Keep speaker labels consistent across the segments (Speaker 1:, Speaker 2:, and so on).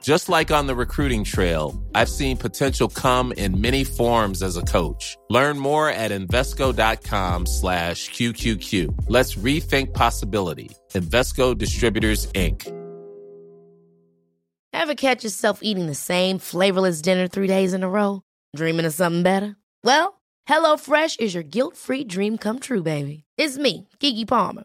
Speaker 1: Just like on the recruiting trail, I've seen potential come in many forms as a coach. Learn more at Invesco.com slash QQQ. Let's rethink possibility. Invesco Distributors, Inc.
Speaker 2: Ever catch yourself eating the same flavorless dinner three days in a row? Dreaming of something better? Well, HelloFresh is your guilt-free dream come true, baby. It's me, Kiki Palmer.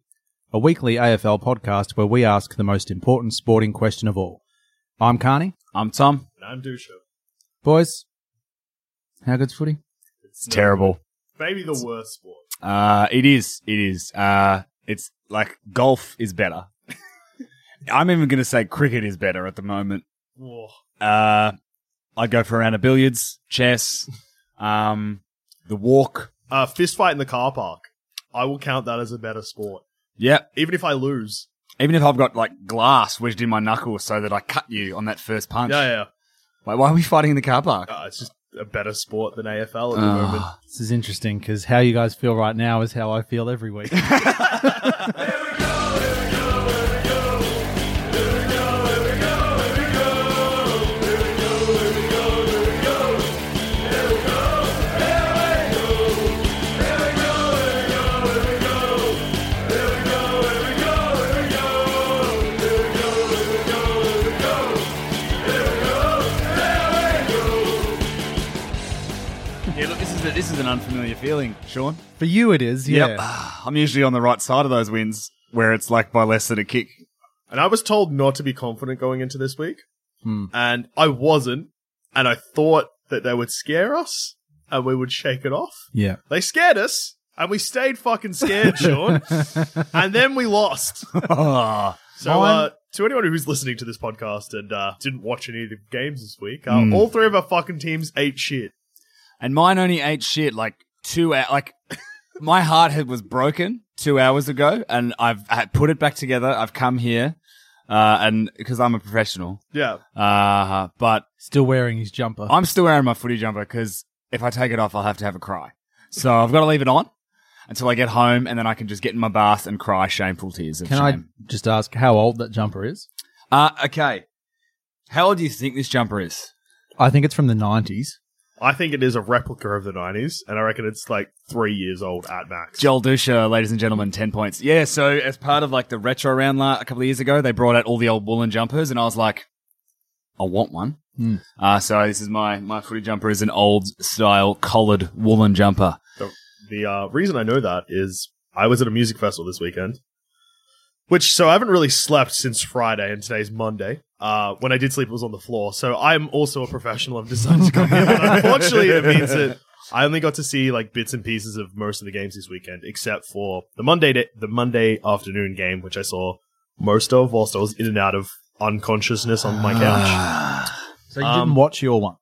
Speaker 3: a weekly AFL podcast where we ask the most important sporting question of all. I'm Carney.
Speaker 4: I'm Tom.
Speaker 5: And I'm Dusha.
Speaker 3: Boys, how good's footy?
Speaker 5: It's
Speaker 4: It's terrible.
Speaker 5: Maybe the worst sport.
Speaker 4: Uh, it is. It is. Uh, it's like golf is better. I'm even going to say cricket is better at the moment.
Speaker 5: Whoa.
Speaker 4: Uh, I'd go for a round of billiards, chess, um, the walk.
Speaker 5: Uh, fist fight in the car park. I will count that as a better sport.
Speaker 4: Yep.
Speaker 5: Even if I lose.
Speaker 4: Even if I've got like glass wedged in my knuckle so that I cut you on that first punch.
Speaker 5: Yeah, yeah.
Speaker 4: Like, why are we fighting in the car park?
Speaker 5: Uh, it's just a better sport than AFL at the moment.
Speaker 4: Ah.
Speaker 3: This is interesting because how you guys feel right now is how I feel every week.
Speaker 4: yeah, look, this is a, this is an unfamiliar feeling, Sean.
Speaker 3: For you, it is. Yeah.
Speaker 4: Yep. I'm usually on the right side of those wins where it's like by less than a kick.
Speaker 5: And I was told not to be confident going into this week. And I wasn't. And I thought that they would scare us and we would shake it off.
Speaker 3: Yeah.
Speaker 5: They scared us and we stayed fucking scared, Sean. and then we lost.
Speaker 4: Ah.
Speaker 5: So,
Speaker 3: Mine-
Speaker 5: uh, to anyone who's listening to this podcast and uh, didn't watch any of the games this week, uh,
Speaker 4: Hmm.
Speaker 5: all three of our fucking teams ate shit.
Speaker 4: And mine only ate shit like two hours. Like my heart had was broken two hours ago, and I've I put it back together. I've come here, uh, and because I'm a professional.
Speaker 5: Yeah.
Speaker 4: Uh, but
Speaker 3: Still wearing his jumper.
Speaker 4: I'm still wearing my footy jumper because if I take it off, I'll have to have a cry. So I've got to leave it on until I get home, and then I can just get in my bath and cry shameful tears of
Speaker 3: Can I
Speaker 4: shame.
Speaker 3: just ask how old that jumper is?
Speaker 4: I? Uh, okay. How old do you think this jumper is?
Speaker 3: I think it's from the 90s.
Speaker 5: I think it is a replica of the 90s, and I reckon it's like three years old at max.
Speaker 4: Joel Dusha, ladies and gentlemen, 10 points. Yeah, so as part of like the retro round la- a couple of years ago, they brought out all the old woolen jumpers, and I was like, I want one.
Speaker 3: Hmm.
Speaker 4: Uh, so this is my, my footy jumper is an old style collared woolen jumper.
Speaker 5: The, the uh, reason I know that is I was at a music festival this weekend, which so I haven't really slept since Friday, and today's Monday. Uh, when I did sleep, it was on the floor. So I'm also a professional of design. to come here, but unfortunately, it means that I only got to see like bits and pieces of most of the games this weekend, except for the Monday da- the Monday afternoon game, which I saw most of whilst I was in and out of unconsciousness on my couch.
Speaker 3: So you
Speaker 5: Um,
Speaker 3: didn't watch your one.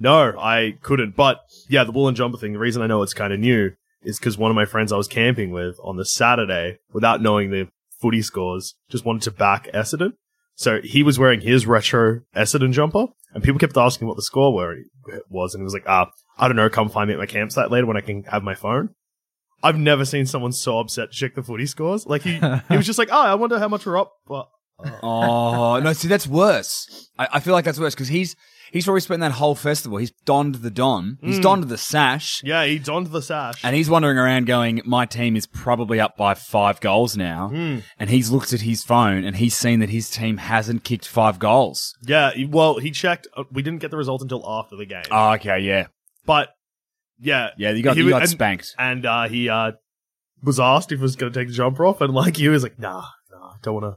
Speaker 5: No, I couldn't. But yeah, the woolen jumper thing, the reason I know it's kind of new is because one of my friends I was camping with on the Saturday, without knowing the footy scores, just wanted to back Essendon. So he was wearing his retro Essendon jumper, and people kept asking what the score were, was, and he was like, ah, I don't know, come find me at my campsite later when I can have my phone. I've never seen someone so upset to check the footy scores. Like, he, he was just like, oh, I wonder how much we're up. But
Speaker 4: Oh no! See, that's worse. I, I feel like that's worse because he's he's probably spent that whole festival. He's donned the don. He's donned the sash,
Speaker 5: yeah, he donned the sash.
Speaker 4: and he's wandering around going, "My team is probably up by five goals now." And he's looked at his phone and he's seen that his team hasn't kicked five goals.
Speaker 5: yeah, he- well, he checked. uh, We didn't get the result until after the game.
Speaker 4: Oh, okay, yeah,
Speaker 5: But yeah,
Speaker 4: yeah. You got
Speaker 5: He
Speaker 4: you
Speaker 5: was-
Speaker 4: got
Speaker 5: and-
Speaker 4: spanked.
Speaker 5: And uh, he uh, was asked if he was going to take the jumper off, and like you, he was like, "Nah, nah, don't want to,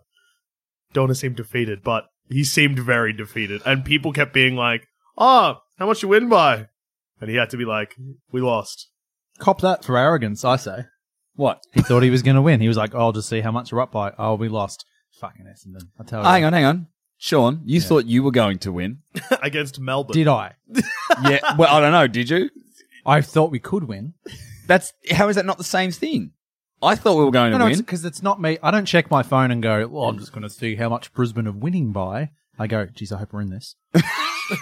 Speaker 5: don't want to seem defeated." But he seemed very defeated, and people kept being like, "Oh, how much you win by?" And he had to be like, "We lost."
Speaker 3: Cop that for arrogance, I say.
Speaker 4: What?
Speaker 3: He thought he was going to win. He was like, oh, "I'll just see how much we're up by. Oh, we lost." Fucking Essendon. I tell you.
Speaker 4: hang on, hang on, Sean. You thought you were going to win?
Speaker 5: Against Melbourne,
Speaker 3: Did I?
Speaker 4: yeah. Well, I don't know. Did you?
Speaker 3: I thought we could win.
Speaker 4: That's how is that not the same thing? I thought we were going
Speaker 3: No,
Speaker 4: to
Speaker 3: no,
Speaker 4: win.
Speaker 3: because it's, not me. I don't check my phone and go, "Well, I'm just going to see how much Brisbane are winning by." I go, "Geez, I hope we're in this."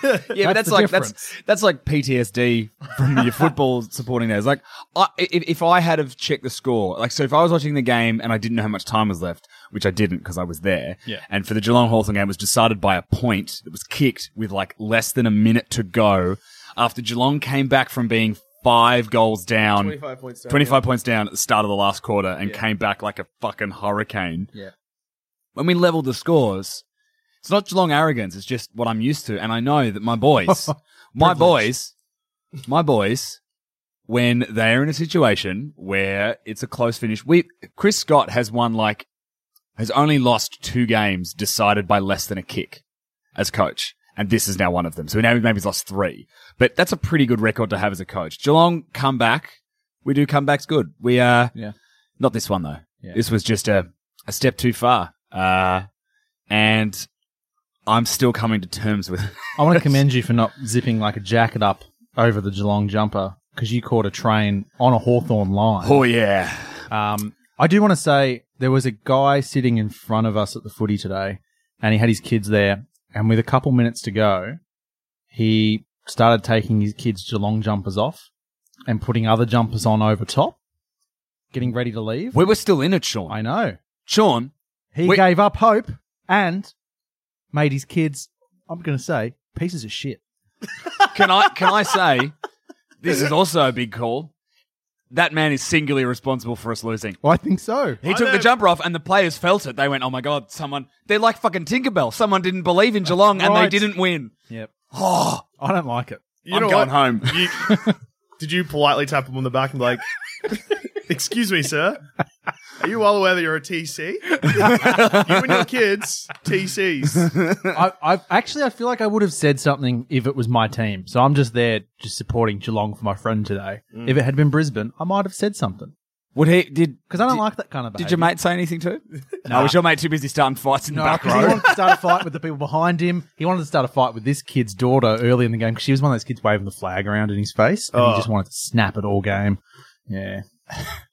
Speaker 4: Yeah, but
Speaker 3: That's
Speaker 4: that's
Speaker 3: the
Speaker 4: like that's that's like PTSD from your football supporting days. Like, I, if, if I had have checked the score, like, so if I was watching the game and I didn't know how much time was left, which I didn't because I was there.
Speaker 3: Yeah.
Speaker 4: And for the Geelong Hawthorn game, it was decided by a point that was kicked with like less than a minute to go after Geelong came back from being five goals down, twenty five
Speaker 5: points.
Speaker 4: 25 points down at the start of the last quarter and came back like a fucking hurricane.
Speaker 3: Yeah.
Speaker 4: When we leveled the scores, it's not Geelong arrogance, it's just what I'm used to. And I know that my boys, my boys, my boys, when they're in a situation where it's a close finish, we, Chris Scott has won like, has only lost two games decided by less than a kick as coach. And this is now one of them. So now maybe he's lost three, but that's a pretty good record to have as a coach. Geelong come back. We do comebacks good. We, uh,
Speaker 3: Yeah.
Speaker 4: not this one though.
Speaker 3: Yeah.
Speaker 4: This was just a, a step too far. Uh, and I'm still coming to terms with
Speaker 3: I want to commend you for not zipping like a jacket up over the Geelong jumper because you caught a train on a Hawthorn line.
Speaker 4: Oh yeah.
Speaker 3: Um, I do want to say there was a guy sitting in front of us at the footy today, and he had his kids there. And with a couple minutes to go, he started taking his kids' Geelong jumpers off and putting other jumpers on over top, getting ready to leave.
Speaker 4: We were still in it, Sean.
Speaker 3: I know.
Speaker 4: Sean,
Speaker 3: He
Speaker 4: Wait-
Speaker 3: gave up hope and made his kids, I'm going to say, pieces of shit.
Speaker 4: can I can I say this is also a big call. That man is singularly responsible for us losing.
Speaker 3: Well, I think so.
Speaker 4: He took the jumper off and the players felt it. They went, Oh my god, someone they're like fucking Tinkerbell. Someone didn't believe in Geelong and they
Speaker 3: right.
Speaker 4: didn't win.
Speaker 3: Yep.
Speaker 4: Oh
Speaker 3: I don't like it.
Speaker 5: You
Speaker 4: I'm
Speaker 5: know
Speaker 4: going
Speaker 5: what? You-
Speaker 4: home.
Speaker 5: did you politely tap him on the back and be like, "Excuse me, sir, are you well aware that you're a TC? you and your kids, TCs."
Speaker 3: I, I actually I feel like I would have said something if it was my team. So I'm just there just supporting Geelong for my friend today.
Speaker 4: Mm.
Speaker 3: If it had been Brisbane, I might have said something
Speaker 4: Would he did
Speaker 3: because I don't like that kind of.
Speaker 4: did
Speaker 3: Behavior.
Speaker 4: your mate say anything to him? No, was your mate too busy starting fights in the
Speaker 3: No,
Speaker 4: back
Speaker 3: 'cause he
Speaker 4: row?
Speaker 3: wanted to start a fight with the people behind him. He wanted to start a fight with this kid's daughter early in the game because she was one of those kids waving the flag around in his face, and he
Speaker 5: Oh.
Speaker 3: just wanted to snap it all game. Yeah,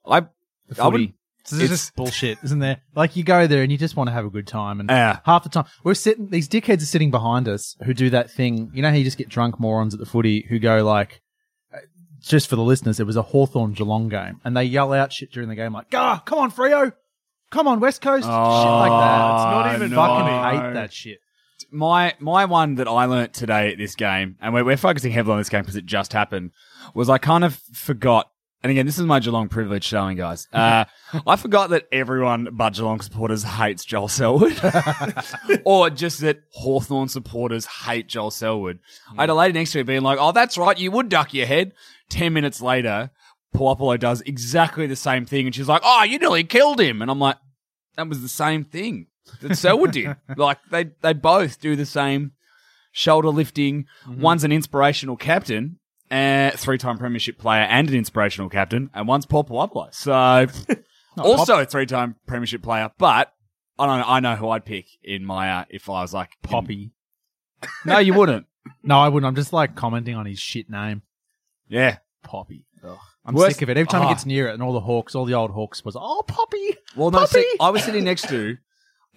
Speaker 4: I, I would,
Speaker 3: footy. So this is
Speaker 4: It's-
Speaker 3: just bullshit, isn't there? Like you go there and you just want to have a good time, and
Speaker 4: Yeah.
Speaker 3: half the time we're sitting. These dickheads are sitting behind us who do that thing. You know how you just get drunk morons at the footy who go like, uh, just for the listeners, it was a Hawthorn Geelong game, and they yell out shit during the game like, "Gah, come on, Freo, come on, West Coast," shit like that.
Speaker 4: Oh,
Speaker 5: It's not even
Speaker 3: fucking
Speaker 5: funny.
Speaker 3: hate that shit.
Speaker 4: my my one that I learnt today at this game, and we're, we're focusing heavily on this game because it just happened, was I kind of forgot. And again, this is my Geelong privilege showing, guys. Uh, I forgot that everyone but Geelong supporters hates Joel Selwood, or just that Hawthorn supporters hate Joel Selwood. I had a lady next to me being like, "Oh, that's right, you would duck your head." Ten minutes later, Puopolo does exactly the same thing, and she's like, "Oh, you nearly killed him," and I'm like, "That was the same thing." that Selwood did. Like they they both do the same shoulder lifting. One's an inspirational captain, uh, three time premiership player, and an inspirational captain, and one's Paul Puapla. So also a three time premiership player, but I don't know. I know who I'd pick in my uh, if I was like
Speaker 3: Poppy.
Speaker 4: No, you wouldn't.
Speaker 3: No, I wouldn't. I'm just like commenting on his shit name,
Speaker 4: Yeah.
Speaker 3: Poppy. I'm
Speaker 4: Worst-
Speaker 3: sick of it. Every time he
Speaker 4: Ah.
Speaker 3: gets near it, and all the hawks, all the old hawks, was oh Poppy.
Speaker 4: Well, no.
Speaker 3: Puppy.
Speaker 4: See, I was sitting next to.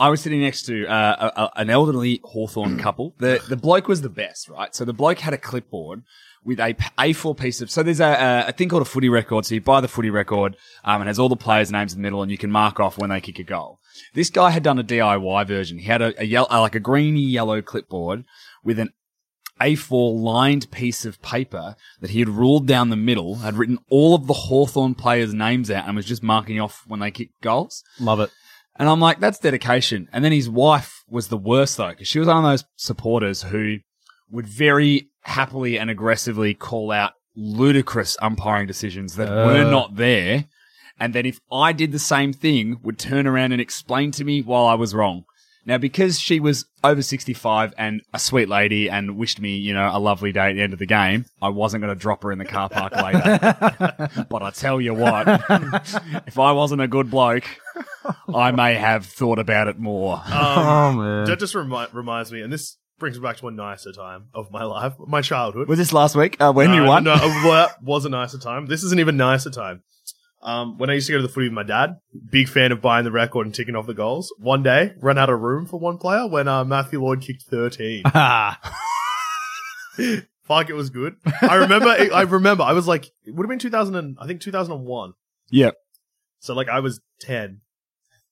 Speaker 4: I was sitting next to uh, a, a- an elderly Hawthorn couple. The the bloke was the best, right? So the bloke had a clipboard with a p- A4 piece of. So there's a, a, a thing called a footy record. So you buy the footy record, um, it has all the players' names in the middle, and you can mark off when they kick a goal. This guy had done a DIY version. He had a, a yellow, like a greeny yellow clipboard with an a4 lined piece of paper that he had ruled down the middle, had written all of the Hawthorn players' names out, and was just marking off when they kicked goals.
Speaker 3: Love it.
Speaker 4: And I'm like, that's dedication. And then his wife was the worst though, because she was one of those supporters who would very happily and aggressively call out ludicrous umpiring decisions that were not there. And then if I did the same thing, would turn around and explain to me while I was wrong. Now, because she was over 65 and a sweet lady and wished me, you know, a lovely day at the end of the game, I wasn't going to drop her in the car park later. but I tell you what, if I wasn't a good bloke, I may have thought about it more.
Speaker 5: Um,
Speaker 4: Oh,
Speaker 3: man.
Speaker 5: that just remi- reminds me, and this brings me back to a nicer time of my life, my childhood.
Speaker 4: Was this last week uh, when
Speaker 5: no,
Speaker 4: you won?
Speaker 5: No, well, that was a nicer time. This is an even nicer time. Um, when I used to go to the footy with my dad, big fan of buying the record and ticking off the goals. One day, ran out of room for one player when uh, Matthew Lord kicked thirteen.
Speaker 3: Ah,
Speaker 5: Fuck, it was good. I remember. I remember. I was like, it would have been two thousand and I think two thousand and one.
Speaker 4: Yep.
Speaker 5: So like, I was ten,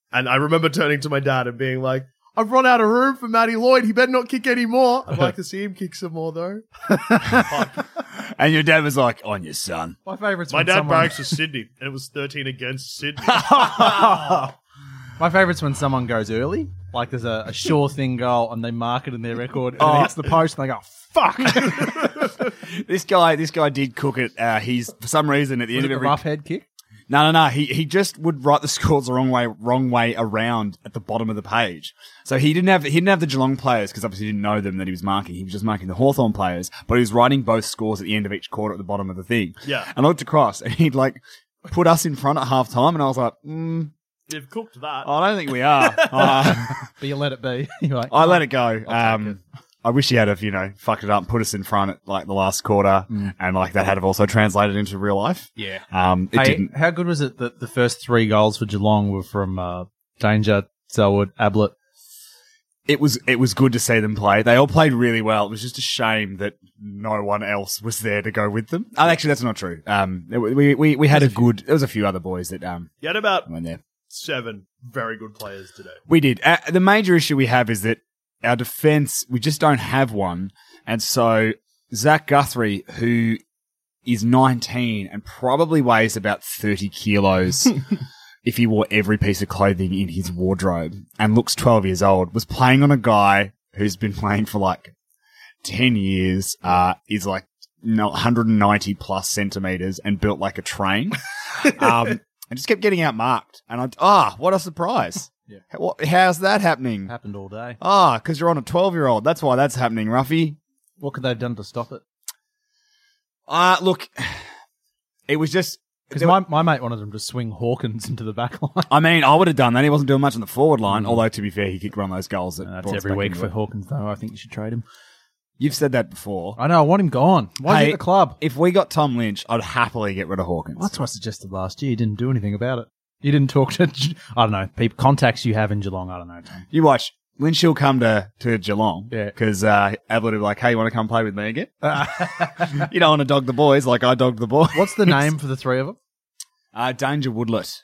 Speaker 5: and I remember turning to my dad and being like. I've run out of room for Matty Lloyd. He better not kick any more. I'd like to see him kick some more, though.
Speaker 4: And your dad was like, "On your son."
Speaker 3: my favourite's
Speaker 5: My
Speaker 3: when
Speaker 5: dad
Speaker 3: someone-
Speaker 5: barracks for Sydney, and it was 13 against Sydney.
Speaker 3: My favourite's when someone goes early. Like there's a, a sure thing goal and they mark it in their record and
Speaker 4: Oh.
Speaker 3: it hits the post and they go, fuck.
Speaker 4: This guy, this guy did cook it. Uh, he's for some reason at the
Speaker 3: Is
Speaker 4: end
Speaker 3: it the
Speaker 4: of every
Speaker 3: rough head kick?
Speaker 4: No, no, no. He he just would write the scores the wrong way, wrong way around at the bottom of the page. So he didn't have he didn't have the Geelong players because obviously he didn't know them that he was marking. He was just marking the Hawthorn players, but he was writing both scores at the end of each quarter at the bottom of the thing.
Speaker 5: Yeah.
Speaker 4: And I looked across and he'd like put us in front at half time, and I was like, mm,
Speaker 5: They've cooked that.
Speaker 4: I don't think we are. Uh,
Speaker 3: But you let it be. You're like,
Speaker 4: I let it go. Um, I wish he had have, you know, fucked it up and put us in front at like the last quarter, and like that had have also translated into real life.
Speaker 3: yeah.
Speaker 4: Um, it
Speaker 3: "Oh." Hey,
Speaker 4: didn't.
Speaker 3: how good was it that the first three goals for Geelong were from uh, Danger, Selwood, Ablett?
Speaker 4: it was it was good to see them play. They all played really well. It was just a shame that no one else was there to go with them. Oh, actually, that's not true. Um, it- we we, we had a good. There was a few other boys that um
Speaker 5: You had about
Speaker 4: went there.
Speaker 5: seven very good players today.
Speaker 4: We did. Uh, the major issue we have is that our defense we just don't have one, and so Zach Guthrie, who is 19 and probably weighs about 30 kilos. If he wore every piece of clothing in his wardrobe and looks 12 years old, was playing on a guy who's been playing for like 10 years, uh, is like no- 190 plus centimeters and built like a train. um, and just kept getting outmarked. And I, ah, what a surprise.
Speaker 3: Yeah.
Speaker 4: How- what- How's that happening?
Speaker 3: Happened all day.
Speaker 4: Ah, because you're on a 12 year old. That's why that's happening, Ruffy.
Speaker 3: What could they have done to stop it?
Speaker 4: Uh, look, it was just.
Speaker 3: Because my, my mate wanted them to swing Hawkins into the back line.
Speaker 4: I mean, I would have done that. He wasn't doing much on the forward line, although to be fair, he kicked one of those goals. That
Speaker 3: Mm. that's
Speaker 4: brought us
Speaker 3: every
Speaker 4: back
Speaker 3: week
Speaker 4: into
Speaker 3: for
Speaker 4: it.
Speaker 3: Hawkins, though. I think you should trade him.
Speaker 4: You've said that before.
Speaker 3: I know. I want him gone. Why is he
Speaker 4: Hey,
Speaker 3: at the club?
Speaker 4: If we got Tom Lynch, I'd happily get rid of Hawkins.
Speaker 3: That's what I suggested last year. You didn't do anything about it. You didn't talk to, I don't know, people, contacts you have in Geelong. I don't know, Tom.
Speaker 4: You watch. Lynch will come to, to Geelong
Speaker 3: Yeah.
Speaker 4: because uh, Ablett will be like, hey, you want to come play with me again? you don't want to dog the boys like I dogged the boys.
Speaker 3: What's the name for the three of them?
Speaker 4: Uh, Danger Woodlet.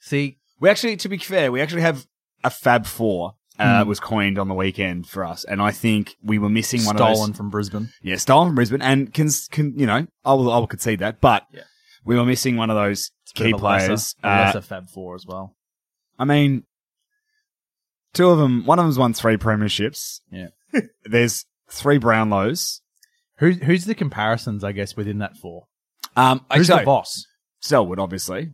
Speaker 3: See,
Speaker 4: We actually, to be fair, we actually have a Fab Four
Speaker 3: Hmm.
Speaker 4: uh, was coined on the weekend for us, and I think we were missing one of
Speaker 3: Stolen
Speaker 4: those.
Speaker 3: from Brisbane.
Speaker 4: Yeah, stolen from Brisbane, and can, can you know I will I will concede that, but
Speaker 3: Yeah.
Speaker 4: we were missing one of those key players.
Speaker 3: Lesser,
Speaker 4: Uh,
Speaker 3: lesser Fab Four as well.
Speaker 4: I mean, two of them. One of them's won three premierships.
Speaker 3: Yeah.
Speaker 4: There's three Brownlows.
Speaker 3: Who, who's the comparisons, I guess, within that four?
Speaker 4: Um,
Speaker 3: Who's
Speaker 4: so-
Speaker 3: got Voss?
Speaker 4: Selwood, obviously,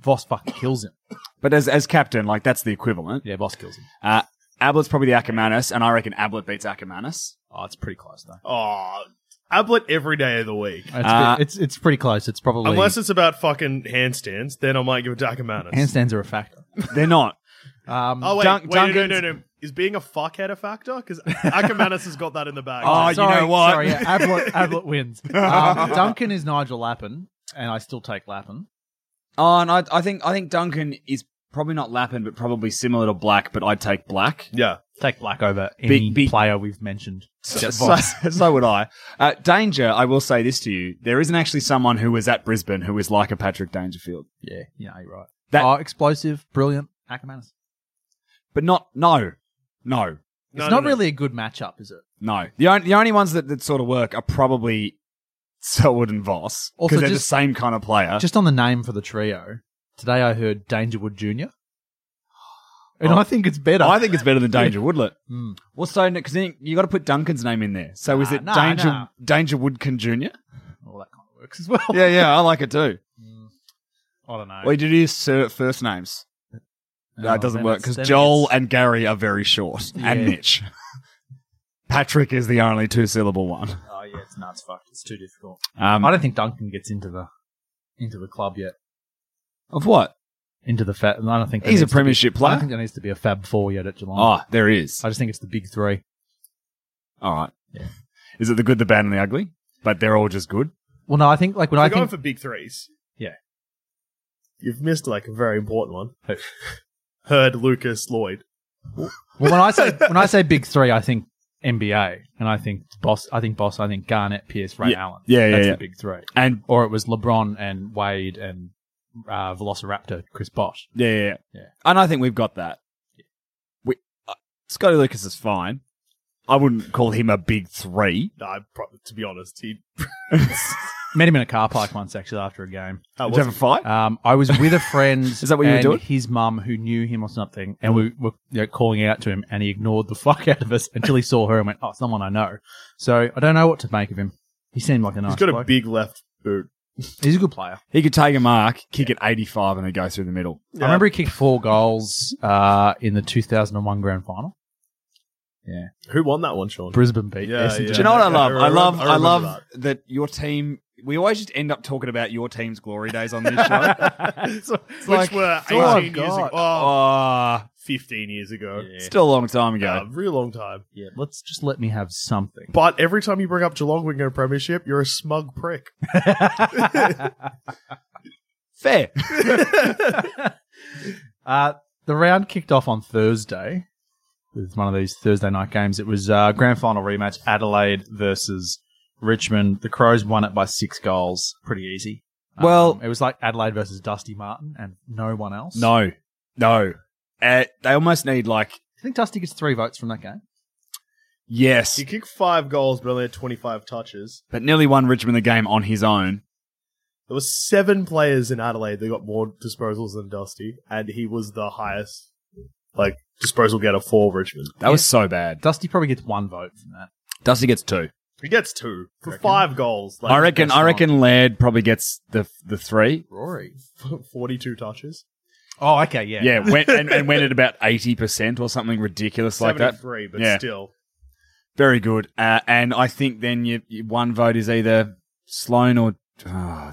Speaker 3: Voss fucking kills him.
Speaker 4: but as as captain, like that's the equivalent.
Speaker 3: Yeah, Voss kills him.
Speaker 4: Ablett's probably the Ackermanis, and I reckon Ablett beats Ackermanis.
Speaker 3: Oh, it's pretty close though.
Speaker 5: Oh, Ablett every day of the week.
Speaker 3: It's,
Speaker 4: Uh,
Speaker 3: it's it's pretty close. It's probably
Speaker 5: Unless it's about fucking handstands, then I might give it to Ackermanis.
Speaker 3: handstands are a factor.
Speaker 4: They're not.
Speaker 3: Um,
Speaker 5: Oh wait,
Speaker 4: Dunk-
Speaker 5: wait no, no, no,
Speaker 4: Duncan's-
Speaker 5: no. Is being a fuckhead a factor? Because Ackermanis has got that in the bag.
Speaker 4: Oh, you
Speaker 3: sorry,
Speaker 4: know what?
Speaker 3: Sorry, yeah, Ablett, Ablett wins. Um, Duncan is Nigel Lappin, and I still take Lappin.
Speaker 4: Oh, and I, I think I think Duncan is probably not Lappin, but probably similar to Black. But I'd take Black.
Speaker 5: yeah.
Speaker 3: Take Black over any
Speaker 4: Big- big-
Speaker 3: player we've mentioned.
Speaker 4: So, so would I. Uh, Danger, I will say this to you: there isn't actually someone who was at Brisbane who is like a Patrick Dangerfield,
Speaker 3: Yeah, yeah, you're right.
Speaker 4: That-
Speaker 3: oh, explosive, brilliant. Ackermanis.
Speaker 4: but not no, no,
Speaker 3: It's
Speaker 5: No,
Speaker 3: not
Speaker 5: no, no.
Speaker 3: really a good matchup, is it?
Speaker 4: no. The only the only ones that, that sort of work are probably Selwood and Voss
Speaker 3: Also,
Speaker 4: because they're
Speaker 3: just-
Speaker 4: the same kind of player.
Speaker 3: Just on the name for the trio, today I heard Dangerwood Jr. And I think it's better.
Speaker 4: Oh. I think it's better than Danger Woodlet.
Speaker 3: Mm.
Speaker 4: Well, so because you got to put Duncan's name in there. So is
Speaker 3: Nah,
Speaker 4: it
Speaker 3: nah,
Speaker 4: Danger
Speaker 3: nah.
Speaker 4: Danger Woodkin Junior?
Speaker 3: well, that kind of works as well.
Speaker 4: yeah, yeah, I like it too.
Speaker 3: I don't know.
Speaker 4: Well, you did his uh, first names.
Speaker 3: Oh,
Speaker 4: that doesn't
Speaker 3: then
Speaker 4: work
Speaker 3: it's-
Speaker 4: because
Speaker 3: then
Speaker 4: Joel
Speaker 3: it's-
Speaker 4: and Gary are very short and
Speaker 3: Yeah.
Speaker 4: Mitch. Patrick is the only two syllable one.
Speaker 3: Oh yeah, it's nuts. Fuck, it's too difficult.
Speaker 4: Um,
Speaker 3: I don't think Duncan gets into the into the club yet.
Speaker 4: of what?
Speaker 3: Into the fat. I don't think there
Speaker 4: He's a
Speaker 3: needs to be-
Speaker 4: premiership
Speaker 3: I
Speaker 4: player.
Speaker 3: don't think there needs to be a Fab Four yet at Geelong.
Speaker 4: Ah, there is.
Speaker 3: I just think it's the big three.
Speaker 4: All right. Is it the good, the bad, and the ugly? But they're all just good.
Speaker 3: Well, no, I think like when
Speaker 5: If
Speaker 3: I
Speaker 5: you're going
Speaker 3: think
Speaker 5: for big threes.
Speaker 3: Yeah.
Speaker 5: You've missed like a very important one.
Speaker 3: Who?
Speaker 5: Heard Lucas Lloyd.
Speaker 3: well, when I say when I say big three, I think NBA and I think Boss. I think Boss. I think Garnett, Pierce, Ray
Speaker 4: Yeah.
Speaker 3: Allen.
Speaker 4: Yeah, yeah,
Speaker 3: That's
Speaker 4: yeah.
Speaker 3: the big three.
Speaker 4: And
Speaker 3: Or it was LeBron and Wade and uh, Velociraptor Chris Bosh.
Speaker 4: yeah, yeah, yeah.
Speaker 3: Yeah.
Speaker 4: And I think we've got that. We, uh, Scotty Lucas is fine. I wouldn't call him a big three.
Speaker 5: Nah, I probably, to be honest, he
Speaker 3: Met him in a car park once actually after a game.
Speaker 5: that
Speaker 4: Did you have a
Speaker 5: wasn't-
Speaker 4: fight?
Speaker 3: Um, I was with a friend.
Speaker 4: Is that what you were
Speaker 3: and
Speaker 4: doing?
Speaker 3: His mum, who knew him or something, and we were you know, calling out to him, and he ignored the fuck out of us until he saw her and went, "Oh, someone I know." So I don't know what to make of him. He seemed like a nice.
Speaker 5: he's got a
Speaker 3: bloke.
Speaker 5: big left boot.
Speaker 3: He's a good player.
Speaker 4: he could take a mark, kick it 85, and it go through the middle.
Speaker 5: Yeah.
Speaker 3: I remember he kicked four goals uh, in the 2001 Grand Final.
Speaker 5: Who won that one, Sean?
Speaker 3: Brisbane beat
Speaker 5: Yeah,
Speaker 3: Essendon.
Speaker 5: yeah.
Speaker 4: Do you know what I love?
Speaker 5: I
Speaker 4: I love.
Speaker 5: remember-
Speaker 4: I
Speaker 5: I
Speaker 4: love
Speaker 5: remember
Speaker 4: that. your team. We always just end up talking about your team's glory days on this show.
Speaker 5: Which
Speaker 4: like-
Speaker 5: were
Speaker 4: all I've
Speaker 5: 18 years ago. Oh,
Speaker 4: Ah,
Speaker 5: 15 years ago. Yeah.
Speaker 4: Oh.
Speaker 5: Um,
Speaker 4: still a long time ago.
Speaker 5: really long time.
Speaker 3: Yeah, let's just let me have something.
Speaker 5: But every time you bring up Geelong winning a premiership, you're a smug prick.
Speaker 4: Fair.
Speaker 3: Uh, the round kicked off on Thursday with one of these Thursday night games. It was uh, grand final rematch Adelaide versus Richmond. The Crows won it by six goals. Pretty easy. Um,
Speaker 4: Well-
Speaker 3: it was like Adelaide versus Dusty Martin and no one else.
Speaker 4: No, no. Uh, they almost need like
Speaker 3: I think Dusty gets three votes from that game.
Speaker 4: yes,
Speaker 5: He kicked five goals, but only had 25 touches.
Speaker 4: but nearly won Richmond the game on his own.
Speaker 5: There were seven players in Adelaide that got more disposals than Dusty, and he was the highest like disposal getter for Richmond.
Speaker 4: That was so bad.
Speaker 3: Dusty probably gets one vote from that.
Speaker 4: Dusty gets two.
Speaker 5: He gets two for five goals. Like,
Speaker 4: I reckon. I reckon Laird probably gets the the three.
Speaker 3: Rory.
Speaker 5: forty-two touches,
Speaker 3: Oh, okay, yeah.
Speaker 4: Yeah, went, and, and went at about eighty percent or something ridiculous like that.
Speaker 5: seventy-three, but
Speaker 4: Yeah.
Speaker 5: still.
Speaker 4: Very good. Uh, and I think then you, you, one vote is either Sloan or ah,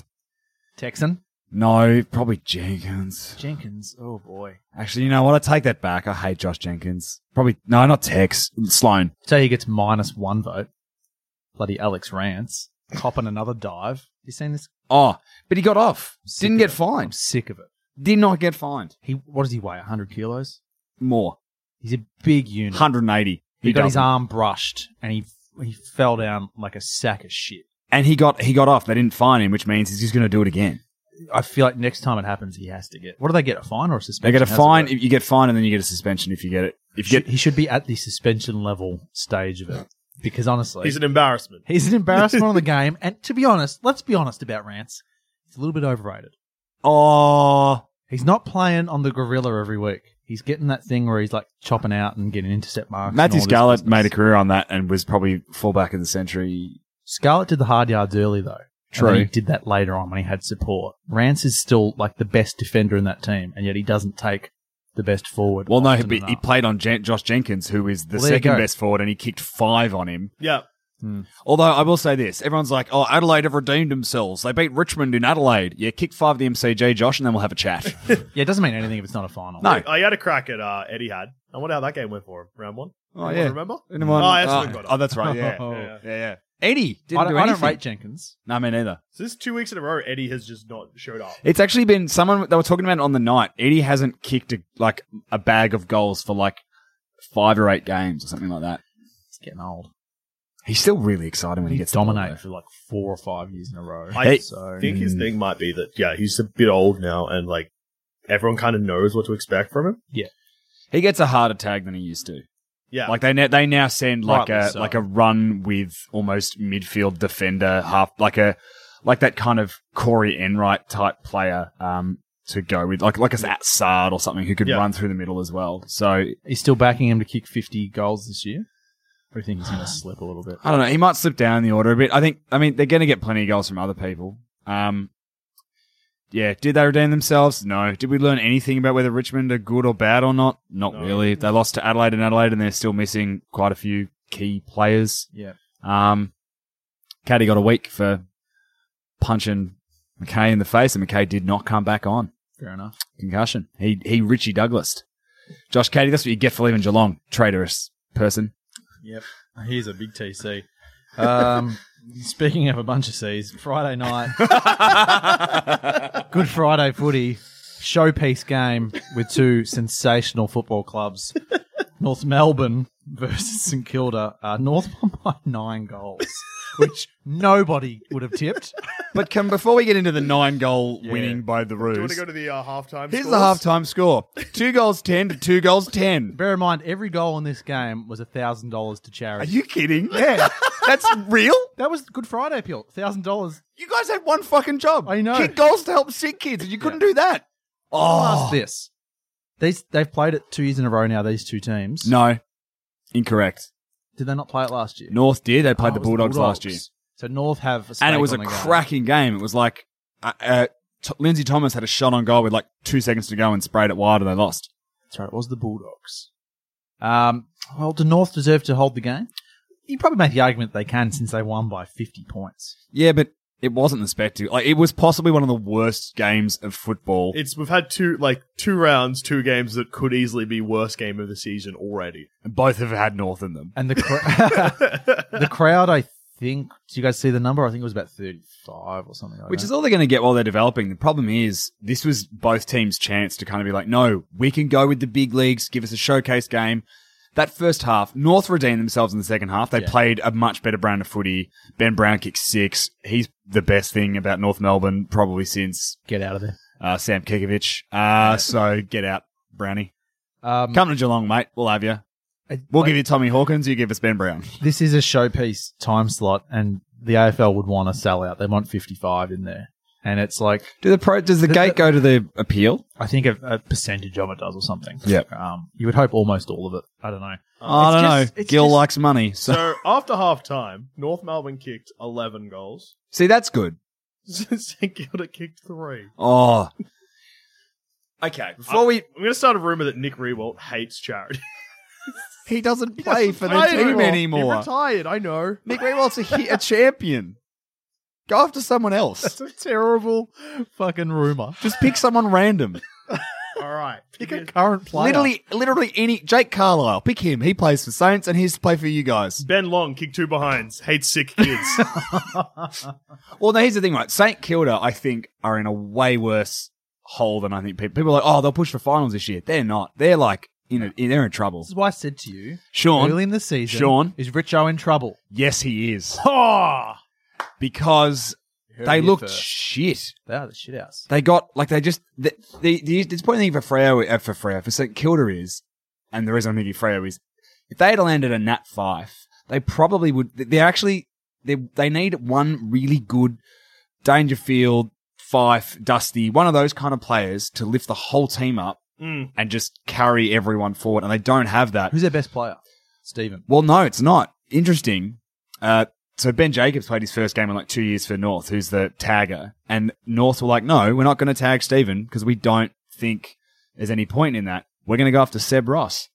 Speaker 3: Texan.
Speaker 4: no, probably Jenkins.
Speaker 3: Jenkins. Oh, boy.
Speaker 4: Actually, you know what? I take that back. I hate Josh Jenkins. Probably no, not Tex. Sloan.
Speaker 3: So he gets minus one vote. Bloody Alex Rance. Copping another dive. You seen this?
Speaker 4: Oh, but he got off.
Speaker 3: Sick
Speaker 4: Didn't
Speaker 3: of
Speaker 4: get
Speaker 3: it. I'm
Speaker 4: fined.
Speaker 3: sick of it.
Speaker 4: Did not get fined.
Speaker 3: He what does he weigh? hundred kilos.
Speaker 4: More.
Speaker 3: He's a big unit.
Speaker 4: One hundred and eighty.
Speaker 3: He, got his arm brushed and he he fell down like a sack of shit.
Speaker 4: and he got he got off. They didn't fine him, which means he's just going to do it again.
Speaker 3: I feel like next time it happens, he has to get. What do they get? A fine or a suspension?
Speaker 4: They get a
Speaker 3: How's it
Speaker 4: fine.
Speaker 3: work?
Speaker 4: You get fined, and then you get a suspension if you get it
Speaker 5: If you get,
Speaker 3: he should be at the suspension level stage of it. Because honestly,
Speaker 5: he's an embarrassment.
Speaker 3: he's an embarrassment on the game. And to be honest, let's be honest about Rance. He's a little bit overrated.
Speaker 4: Oh,
Speaker 3: He's not playing on the gorilla every week. He's getting that thing where he's like chopping out and getting intercept marks.
Speaker 4: Matthew Scarlett
Speaker 3: Scarlett
Speaker 4: made a career on that and was probably fullback of the century.
Speaker 3: Scarlett did the hard yards early though. And
Speaker 4: True.
Speaker 3: then he did that later on when he had support. Rance is still like the best defender in that team, and yet he doesn't take the best forward.
Speaker 4: Well, no,
Speaker 3: often
Speaker 4: he, he
Speaker 3: enough.
Speaker 4: played on Jen- Josh Jenkins, who is the
Speaker 3: Well, there you
Speaker 4: second
Speaker 3: go.
Speaker 4: best forward, and he kicked five on him.
Speaker 5: Yeah.
Speaker 4: Although I will say this, everyone's like, "Oh, Adelaide have redeemed themselves. They beat Richmond in Adelaide. Yeah, kick five of the MCG, Josh, and then we'll have a chat."
Speaker 3: Yeah, it doesn't mean anything if it's not a final.
Speaker 4: No.
Speaker 5: I had a crack at uh, Eddie had. I wonder how that game went for him. Round one.
Speaker 4: Oh,
Speaker 5: Anyone
Speaker 4: yeah.
Speaker 5: Remember?
Speaker 4: Anyone-
Speaker 5: Oh, that's when we
Speaker 4: oh,
Speaker 5: got it.
Speaker 4: oh, that's right. Yeah,
Speaker 3: Oh.
Speaker 4: yeah, yeah. yeah. Eddie didn't
Speaker 3: I don't,
Speaker 4: do
Speaker 3: I
Speaker 4: anything.
Speaker 3: don't rate Jenkins.
Speaker 4: no, me neither.
Speaker 5: So this is two weeks in a row, Eddie has just not showed up.
Speaker 4: It's actually been someone they were talking about it on the night. Eddie hasn't kicked a, like a bag of goals for like five or eight games or something like that.
Speaker 3: He's getting old.
Speaker 4: He's still really exciting when he,
Speaker 3: He
Speaker 4: gets the ball,
Speaker 3: dominated
Speaker 4: though.
Speaker 3: for like four or five years in a row.
Speaker 5: I Hey.
Speaker 3: so
Speaker 5: I think his thing might be that yeah, he's a bit old now, and like everyone kind of knows what to expect from him.
Speaker 4: He gets a harder tag than he used to.
Speaker 5: Yeah,
Speaker 4: Like they ne- they now send like
Speaker 3: Rightly
Speaker 4: a
Speaker 3: so.
Speaker 4: like a run with almost midfield defender half like a like that kind of Corey Enright type player um to go with like like a Sard or something who could
Speaker 5: Yeah.
Speaker 4: run through the middle as well. So I
Speaker 3: he's still backing him to kick fifty goals this year. Or do you think he's going to slip a little bit?
Speaker 4: don't know. He might slip down the order a bit. I think. I mean, they're going to get plenty of goals from other people. Um, yeah. Did they redeem themselves? No. Did we learn anything about whether Richmond are good or bad or not? Not
Speaker 5: No.
Speaker 4: really. They lost to Adelaide and Adelaide, and they're still missing quite a few key players.
Speaker 3: Yeah.
Speaker 4: Um, Caddy got a week for punching McKay in the face, and McKay did not come back on
Speaker 3: Fair enough.
Speaker 4: concussion. He he Richie Douglas, Josh Caddy. That's what you get for leaving Geelong, traitorous person.
Speaker 3: Yep. Here's a big TC. Um, speaking of a bunch of C's, Friday night, Good Friday footy, showpiece game with two sensational football clubs. North Melbourne versus St Kilda. Uh, North won by nine goals, which nobody would have tipped.
Speaker 4: but can before we get into the nine goal
Speaker 3: Yeah.
Speaker 4: winning by the
Speaker 5: Do you want
Speaker 4: Roos,
Speaker 5: to go to the uh, halftime?
Speaker 4: here's the
Speaker 5: scores?
Speaker 4: halftime score: two goals ten to two goals ten.
Speaker 3: Bear in mind, every goal in this game was $1,000 to
Speaker 4: Are
Speaker 3: charity.
Speaker 4: you kidding? Yeah, that's real.
Speaker 3: that was Good Friday appeal. $1,000.
Speaker 4: You guys had one fucking job.
Speaker 3: I know.
Speaker 4: Kick goals to help sick kids, and you couldn't do that.
Speaker 3: Plus
Speaker 4: Oh
Speaker 3: this. These, they've played it two years in a row now, these two teams.
Speaker 4: no, incorrect.
Speaker 3: Did they not play it last year?
Speaker 4: North did. They
Speaker 3: Oh,
Speaker 4: played
Speaker 3: it
Speaker 4: the
Speaker 3: was
Speaker 4: Bulldogs, last year,
Speaker 3: So North have, a
Speaker 4: and
Speaker 3: stake
Speaker 4: it was a
Speaker 3: on the game.
Speaker 4: cracking game. It was like uh, uh, T- Lindsay Thomas had a shot on goal with like two seconds to go and sprayed it wide, and they lost.
Speaker 3: That's right. It was the Bulldogs. Um, well, do North deserve to hold the game? You probably make the argument they can since they won by fifty points.
Speaker 4: Yeah, but it wasn't the spectacle. Like it was possibly one of the worst games of football.
Speaker 5: It's we've had two like two rounds, two games that could easily be worst game of the season already.
Speaker 4: and both have had North in them.
Speaker 3: And the cr- the crowd, I think. Do you guys see the number? I think it was about thirty-five or something. Like
Speaker 4: Which
Speaker 3: that.
Speaker 4: is all they're going to get while they're developing. The problem is, this was both teams' chance to kind of be like, no, we can go with the big leagues, give us a showcase game. That first half, North redeemed themselves in the second half. They
Speaker 3: Yeah.
Speaker 4: played a much better brand of footy. Ben Brown kicked six. He's the best thing about North Melbourne probably since
Speaker 3: get out of there.
Speaker 4: uh, Sam Kekovich. Uh, so get out, Brownie.
Speaker 3: Um,
Speaker 4: Come to Geelong, mate. We'll have you.
Speaker 3: I-
Speaker 4: We'll
Speaker 3: like,
Speaker 4: give you Tommy Hawkins. You give us Ben Brown.
Speaker 3: This is a showpiece time slot, and the AFL would want a sellout. They want fifty-five in there, and it's like
Speaker 4: Do the pro- does the
Speaker 3: gate
Speaker 4: go to the appeal?
Speaker 3: I think a, a percentage of it does or something.
Speaker 4: Yeah.
Speaker 3: Um, you would hope almost all of it. I don't know.
Speaker 4: I
Speaker 3: It's
Speaker 4: don't
Speaker 3: just-
Speaker 4: know.
Speaker 3: it's
Speaker 4: Gil
Speaker 3: just-
Speaker 4: likes money, so,
Speaker 5: So after halftime, North Melbourne kicked eleven goals.
Speaker 4: see that's good.
Speaker 5: St Kilda kicked three.
Speaker 4: Oh. Okay. Before we,
Speaker 5: I'm gonna start a rumor that Nick Rewalt hates charity.
Speaker 4: he doesn't
Speaker 5: He
Speaker 4: play
Speaker 5: doesn't
Speaker 4: for the
Speaker 5: play
Speaker 4: team
Speaker 5: He
Speaker 4: anymore.
Speaker 5: retired. I know.
Speaker 4: Nick Rewalt's a, he- a champion. Go after someone else.
Speaker 3: It's a terrible fucking rumor.
Speaker 4: Just pick someone random.
Speaker 5: All right.
Speaker 3: Pick a current player.
Speaker 4: Literally, literally any Jake Carlisle. Pick him. He plays for Saints, and he's to play for you guys.
Speaker 5: Ben Long kicked two behinds. Hates sick kids.
Speaker 4: Well, now here's the thing, right? St Kilda, I think, are in a way worse hole than I think people. People are like, oh, they'll push for finals this year. They're not. They're like, you know, they're in trouble.
Speaker 3: This is why I said to you
Speaker 4: Sean,
Speaker 3: early in the season.
Speaker 4: Sean.
Speaker 3: is Richo in trouble?
Speaker 4: yes, he is,
Speaker 5: oh,
Speaker 4: because they
Speaker 3: here
Speaker 4: looked
Speaker 3: first.
Speaker 4: shit.
Speaker 3: They are the shit house.
Speaker 4: They got like they just the the, the disappointing thing for Freo uh, for Freo for St Kilda is, and the reason I'm thinking Freo is if they had landed a nat five, they probably would. They're actually they they need one really good Dangerfield, Fife, Dusty, one of those kind of players to lift the whole team up
Speaker 5: Mm.
Speaker 4: and just carry everyone forward. And they don't have that.
Speaker 3: Who's their best player? Stephen.
Speaker 4: Well, no, it's not. Interesting. Uh, so Ben Jacobs played his first game in like two years for North, who's the tagger. And North were like, no, we're not going to tag Stephen because we don't think there's any point in that. We're going to go after Seb Ross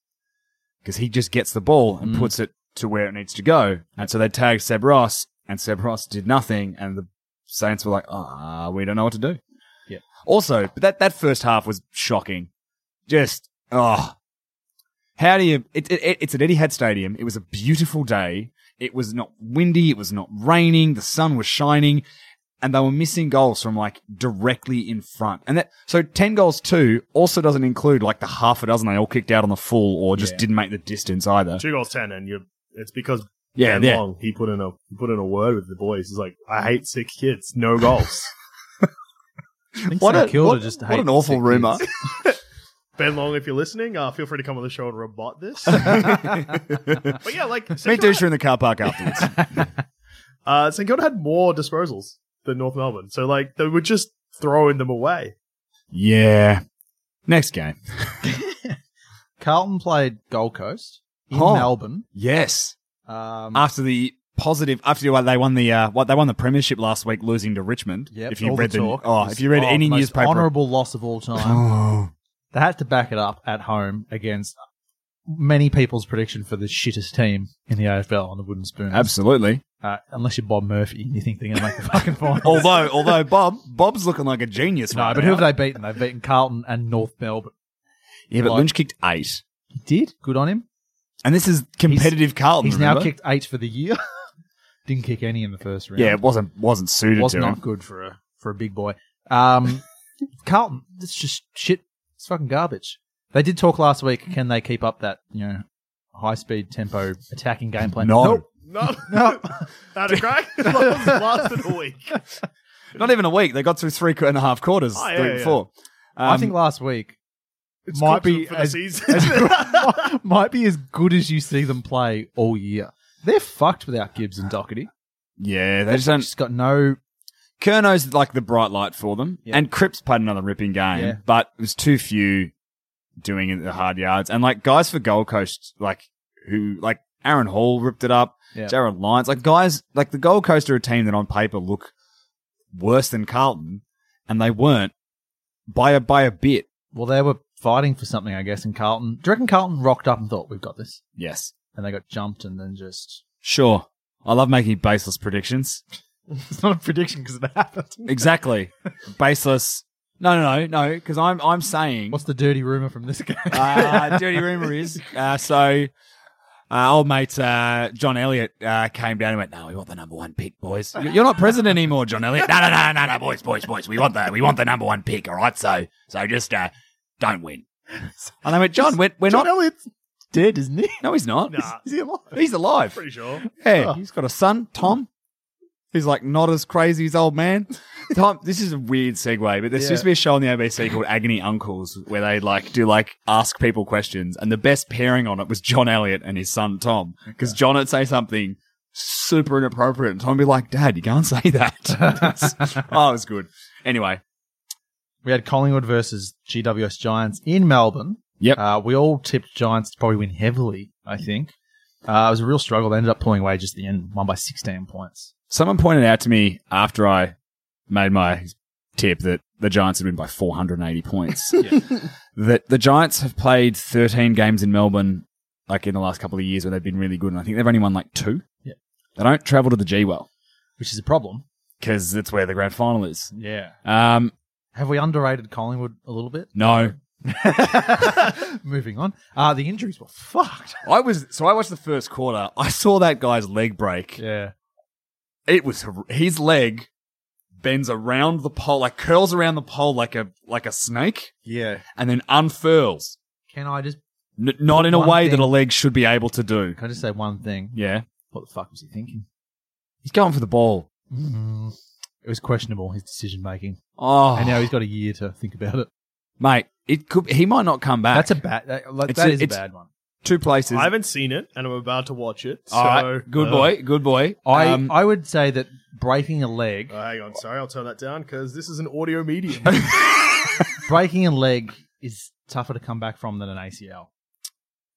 Speaker 4: because he just gets the ball and
Speaker 3: Mm.
Speaker 4: puts it to where it needs to go. And so they tagged Seb Ross and Seb Ross did nothing. And the Saints were like, ah, we don't know what to do.
Speaker 3: Yeah.
Speaker 4: Also, but that, that first half was shocking. Just, oh, how do you? It, it, it- it's at Etihad Stadium. It was a beautiful day. It was not windy. It was not raining. The sun was shining, and they were missing goals from like directly in front. And that so ten goals two also doesn't include like the half a dozen they all kicked out on the full or just
Speaker 3: Yeah.
Speaker 4: didn't make the distance either.
Speaker 5: Two goals, ten, and you. It's because
Speaker 4: Yeah,
Speaker 5: Dan
Speaker 4: yeah.
Speaker 5: Long he put in a he put in a word with the boys. He's like, I hate sick kids, no goals.
Speaker 3: I think
Speaker 4: What
Speaker 3: St
Speaker 4: a-
Speaker 3: Kilda
Speaker 4: what-
Speaker 3: just
Speaker 4: what
Speaker 3: hates
Speaker 4: an awful
Speaker 3: sick
Speaker 4: rumour.
Speaker 3: kids.
Speaker 5: ben Long, if you're listening, uh, feel free to come on the show and rebut this. but yeah, like St.
Speaker 4: Meet
Speaker 5: Kilda,
Speaker 4: Dusha in the car park afterwards.
Speaker 5: uh, St Kilda had more disposals than North Melbourne, so like they were just throwing them away.
Speaker 4: yeah. Next game.
Speaker 3: Carlton played Gold Coast in
Speaker 4: Oh.
Speaker 3: Melbourne.
Speaker 4: Yes.
Speaker 3: Um,
Speaker 4: After the positive, after what they won the uh, what they won the premiership last week, losing to Richmond.
Speaker 3: yep,
Speaker 4: if you
Speaker 3: all
Speaker 4: read
Speaker 3: the
Speaker 4: the,
Speaker 3: talk
Speaker 4: oh,
Speaker 3: was,
Speaker 4: if you read
Speaker 3: oh,
Speaker 4: any
Speaker 3: most
Speaker 4: newspaper,
Speaker 3: honourable loss of all time.
Speaker 4: Oh.
Speaker 3: they had to back it up at home against many people's prediction for the shittest team in the AFL on the wooden spoon.
Speaker 4: Absolutely.
Speaker 3: Uh, unless you're Bob Murphy, you think they're going to make the fucking final.
Speaker 4: although, although Bob, Bob's looking like a genius.
Speaker 3: no,
Speaker 4: right
Speaker 3: but
Speaker 4: now.
Speaker 3: who have they beaten? They've beaten Carlton and North Melbourne.
Speaker 4: Yeah, but
Speaker 3: like-
Speaker 4: Lynch kicked eight,
Speaker 3: He did. Good on him.
Speaker 4: and this is competitive Carlton.
Speaker 3: He's now
Speaker 4: remember?
Speaker 3: kicked eight for the year. Didn't kick any in the first round.
Speaker 4: Yeah, it wasn't wasn't suited
Speaker 3: was
Speaker 4: to
Speaker 3: not
Speaker 4: him.
Speaker 3: good for a for a big boy. Um, Carlton, it's just shit. It's fucking garbage. They did talk last week. Can they keep up that you know high speed tempo attacking game plan?
Speaker 4: No.
Speaker 3: Nope.
Speaker 5: No,
Speaker 3: No.
Speaker 5: had a crack. lasted a week.
Speaker 4: Not even a week. They got through three and a half quarters
Speaker 5: Oh,
Speaker 4: the
Speaker 5: yeah,
Speaker 4: week
Speaker 5: yeah.
Speaker 4: before.
Speaker 3: I
Speaker 4: Um,
Speaker 3: think last week
Speaker 5: It's
Speaker 3: Might
Speaker 5: might
Speaker 3: be
Speaker 5: be for the
Speaker 3: as-
Speaker 5: season.
Speaker 3: might be as good as you see them play all year. They're fucked without Gibbs and Doherty.
Speaker 4: yeah, they just don't.
Speaker 3: Just got no.
Speaker 4: Kerno's like the bright light for them,
Speaker 3: Yeah.
Speaker 4: and Cripps played another ripping game,
Speaker 3: Yeah.
Speaker 4: but it was too few doing it the hard yards, and like guys for Gold Coast, like who like Aaron Hall ripped it up.
Speaker 3: Yeah.
Speaker 4: Jared Lyons, like guys, like the Gold Coast are a team that on paper look worse than Carlton, and they weren't by a by a bit.
Speaker 3: Well, they were fighting for something, I guess. In Carlton, do you reckon Carlton rocked up and thought we've got this,
Speaker 4: Yes,
Speaker 3: and they got jumped and then just.
Speaker 4: sure. I love making baseless predictions.
Speaker 3: It's not a prediction because it happened.
Speaker 4: Exactly, baseless. No, no, no, no. Because I'm I'm saying
Speaker 3: What's the dirty rumor from this game?
Speaker 4: uh, dirty rumor is uh, so. Uh, old mate uh, John Elliott uh, came down and went, "No, we want the number one pick, boys. You- You're not president anymore, John Elliott. No, no, no, no, no, boys, boys, boys. We want the we want the number one pick. All right, so so just uh, don't win." And I went, "John, we're, we're not.
Speaker 3: Elliott's dead, isn't he?
Speaker 4: No, he's not.
Speaker 5: nah,
Speaker 3: Is he alive?
Speaker 4: He's alive.
Speaker 5: pretty sure.
Speaker 4: Hey, he's got a son, Tom, who's like not as crazy as old man. Tom, this is a weird segue, but there's
Speaker 3: Yeah.
Speaker 4: supposed to be a show on the ABC called Agony Uncles where they like do like ask people questions, and the best pairing on it was John Elliott and his son Tom, because John would say something super inappropriate, and Tom would be like, "Dad, you can't say that." oh, it was good. Anyway,
Speaker 3: We had Collingwood versus GWS Giants in Melbourne.
Speaker 4: Yep.
Speaker 3: Uh, we all tipped Giants to probably win heavily, I think. Uh, it was a real struggle. They ended up pulling away just at the end, won by 16 points.
Speaker 4: someone pointed out to me after I made my tip that the Giants had win by 480 points. That the Giants have played 13 games in Melbourne, like in the last couple of years, where they've been really good, and I think they've only won like two.
Speaker 3: Yeah.
Speaker 4: They don't travel to the G well
Speaker 3: Which is a problem.
Speaker 4: because that's where the grand final is.
Speaker 3: Yeah.
Speaker 4: Um,
Speaker 3: Have we underrated Collingwood a little bit?
Speaker 4: no,
Speaker 3: Moving on. Uh, the injuries were fucked.
Speaker 4: I was so I watched the first quarter. I saw that guy's leg break.
Speaker 3: Yeah.
Speaker 4: It was hor- his leg bends around the pole, like curls around the pole like a like a snake,
Speaker 3: Yeah.
Speaker 4: and then unfurls.
Speaker 3: Can I just
Speaker 4: N- not in a
Speaker 3: One
Speaker 4: way
Speaker 3: thing-
Speaker 4: that a leg should be able to do.
Speaker 3: can I just say one thing?
Speaker 4: Yeah.
Speaker 3: What the fuck was he thinking?
Speaker 4: He's going for the ball.
Speaker 3: Mm. It was questionable, his decision making.
Speaker 4: Oh.
Speaker 3: And now he's got a year to think about it.
Speaker 4: mate. It could. He might not come back.
Speaker 3: That's a bad. That, like,
Speaker 4: It's
Speaker 3: that
Speaker 4: a-
Speaker 3: is a
Speaker 4: it's-
Speaker 3: bad one.
Speaker 4: two places.
Speaker 5: I haven't seen it, and I'm about to watch it. So,
Speaker 4: All right, good
Speaker 5: Uh,
Speaker 4: boy, good boy.
Speaker 3: I
Speaker 4: Um,
Speaker 3: I would say that breaking a leg,
Speaker 5: uh, hang on, sorry, I'll turn that down because this is an audio medium.
Speaker 3: breaking a leg is tougher to come back from than an ACL.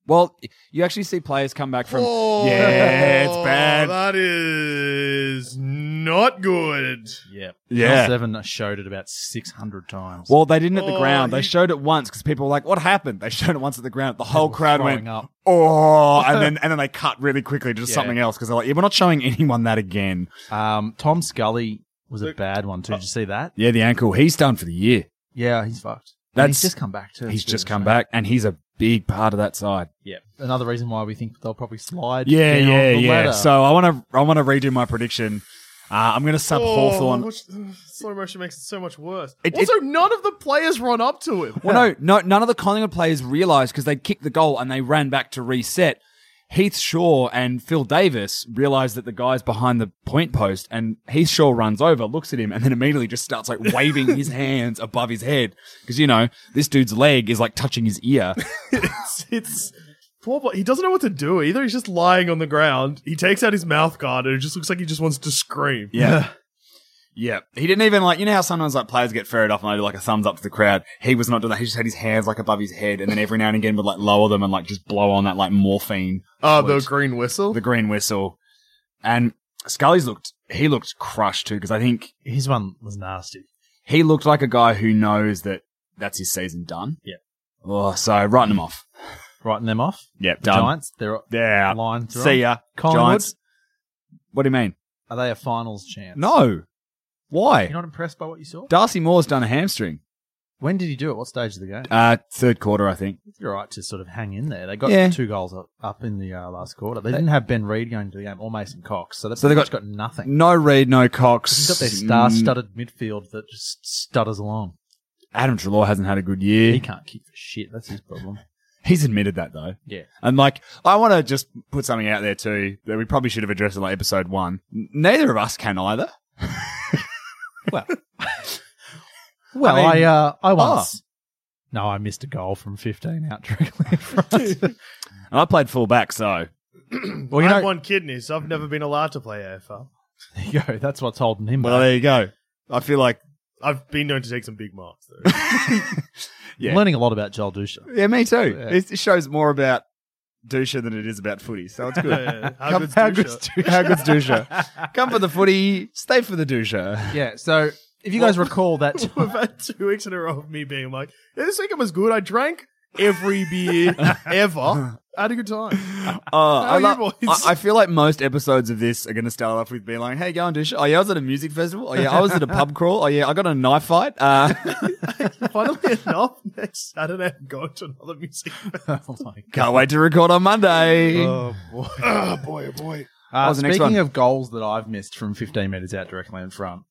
Speaker 4: well, you actually see players come back from. yeah, it's bad.
Speaker 5: Oh, That is not good.
Speaker 3: Yeah.
Speaker 4: Yeah.
Speaker 3: Seven showed it about six hundred times.
Speaker 4: Well, they didn't at the
Speaker 5: Oh,
Speaker 4: ground. They
Speaker 5: he-
Speaker 4: showed it once because people were like, "What happened?" They showed it once at the ground. The whole
Speaker 3: People
Speaker 4: crowd
Speaker 3: throwing
Speaker 4: went,
Speaker 3: up.
Speaker 4: "Oh!" and then and then they cut really quickly to just
Speaker 3: Yeah.
Speaker 4: something else because they're like, "Yeah, we're not showing anyone that again."
Speaker 3: Um, Tom Scully was a bad one too. Did you see that?
Speaker 4: Yeah, the ankle. He's done for the year.
Speaker 3: Yeah, he's fucked. And
Speaker 4: That's-
Speaker 3: he's just come back too.
Speaker 4: he's
Speaker 3: It's a bit
Speaker 4: just
Speaker 3: of a
Speaker 4: come
Speaker 3: shame.
Speaker 4: back, and he's a big part of that side.
Speaker 3: Yeah. Another reason why we think they'll probably slide.
Speaker 4: Yeah,
Speaker 3: down
Speaker 4: yeah,
Speaker 3: the
Speaker 4: yeah.
Speaker 3: Ladder.
Speaker 4: So I want to I want to redo my prediction. Uh, I'm going to sub Hawthorn.
Speaker 5: Oh, much- ugh, slow motion makes it so much worse.
Speaker 4: It- it-
Speaker 5: also, none of the players run up to him.
Speaker 4: Well, no, no, none of the Collingwood players realised because they kicked the goal and they ran back to reset. Heath Shaw and Phil Davis realised that the guy's behind the point post, and Heath Shaw runs over, looks at him, and then immediately just starts like waving his hands above his head because you know this dude's leg is like touching his ear.
Speaker 5: it's, it's poor boy. He doesn't know what to do either. He's just lying on the ground. He takes out his mouth guard, and it just looks like he just wants to scream.
Speaker 4: Yeah. Yeah, he didn't even like. You know how sometimes like players get ferried off and they do like a thumbs up to the crowd. He was not doing that. He just had his hands like above his head, and then every now and again would like lower them and like just blow on that like morphine,
Speaker 5: Uh, the
Speaker 4: Wait.
Speaker 5: green whistle.
Speaker 4: the green whistle. And Scully's looked. He looked crushed too because I think
Speaker 3: his one was nasty.
Speaker 4: he looked like a guy who knows that that's his season done.
Speaker 3: Yeah.
Speaker 4: Oh, so writing him off.
Speaker 3: Writing them off.
Speaker 4: Yeah,
Speaker 3: The
Speaker 4: done.
Speaker 3: Giants. They're
Speaker 4: Yeah.
Speaker 3: line through.
Speaker 4: See ya,
Speaker 3: Collingwood?
Speaker 4: Giants. What do you mean?
Speaker 3: Are they a finals chance?
Speaker 4: No. Why?
Speaker 3: You're not impressed by what you saw?
Speaker 4: Darcy Moore's done a hamstring.
Speaker 3: When did he do it? What stage of the game?
Speaker 4: Uh, third quarter, I think.
Speaker 3: You're right to sort of hang in there. They got
Speaker 4: Yeah.
Speaker 3: two goals up, up in the uh, last quarter. They didn't have Ben Reed going into the game or Mason Cox, so,
Speaker 4: So they
Speaker 3: they
Speaker 4: got-
Speaker 3: got got nothing.
Speaker 4: No Reed, no Cox. Mm.
Speaker 3: He's got their star-studded midfield that just stutters along.
Speaker 4: Adam Trelaw hasn't had a good year.
Speaker 3: He can't kick for shit. That's his problem.
Speaker 4: He's admitted that though.
Speaker 3: Yeah.
Speaker 4: And like, I want to just put something out there too that we probably should have addressed in like episode one. N- Neither of us can either.
Speaker 3: Well, well, I,
Speaker 4: I mean-
Speaker 3: uh, I once. No, I missed a goal from 15 out directly in front.
Speaker 4: And I played fullback, so
Speaker 3: well, you
Speaker 5: I
Speaker 3: know,
Speaker 5: have one kidney, so I've never been allowed to play AFL.
Speaker 3: there you go. That's what's holding him
Speaker 4: well,
Speaker 3: back.
Speaker 4: there you go. I feel like
Speaker 5: I've been known to take some big marks, though.
Speaker 4: yeah.
Speaker 3: I'm learning a lot about Joel Dusha.
Speaker 4: yeah, me too.
Speaker 3: Yeah.
Speaker 4: It, it shows more about Dusha than it is about footy, so it's good.
Speaker 5: Yeah, yeah. How
Speaker 4: Come-
Speaker 5: good's
Speaker 4: how
Speaker 5: Dusha?
Speaker 4: good's Dusha? How good's Dusha? Come for the footy, stay for the Dusha.
Speaker 3: Yeah. So if you guys recall that,
Speaker 5: We've had two weeks in a row of me being like, yeah, this weekend was good. I drank every beer ever. I had a good time.
Speaker 4: Oh,
Speaker 5: How
Speaker 4: I,
Speaker 5: are you
Speaker 4: love-
Speaker 5: boys?
Speaker 4: I, I feel like most episodes of this are going to start off with being like, "Hey, going to oh yeah, I was at a music festival. Oh yeah, I was at a pub crawl. Oh yeah, I got in a knife fight. Uh,
Speaker 5: Funnily enough, next Saturday I'm going to another music. festival.
Speaker 3: oh my god.
Speaker 4: can't wait to record on Monday."
Speaker 3: Oh boy.
Speaker 5: oh boy, oh boy.
Speaker 3: Uh,
Speaker 4: was the next
Speaker 3: speaking
Speaker 4: one?
Speaker 3: of goals that I've missed from 15 meters out directly in front,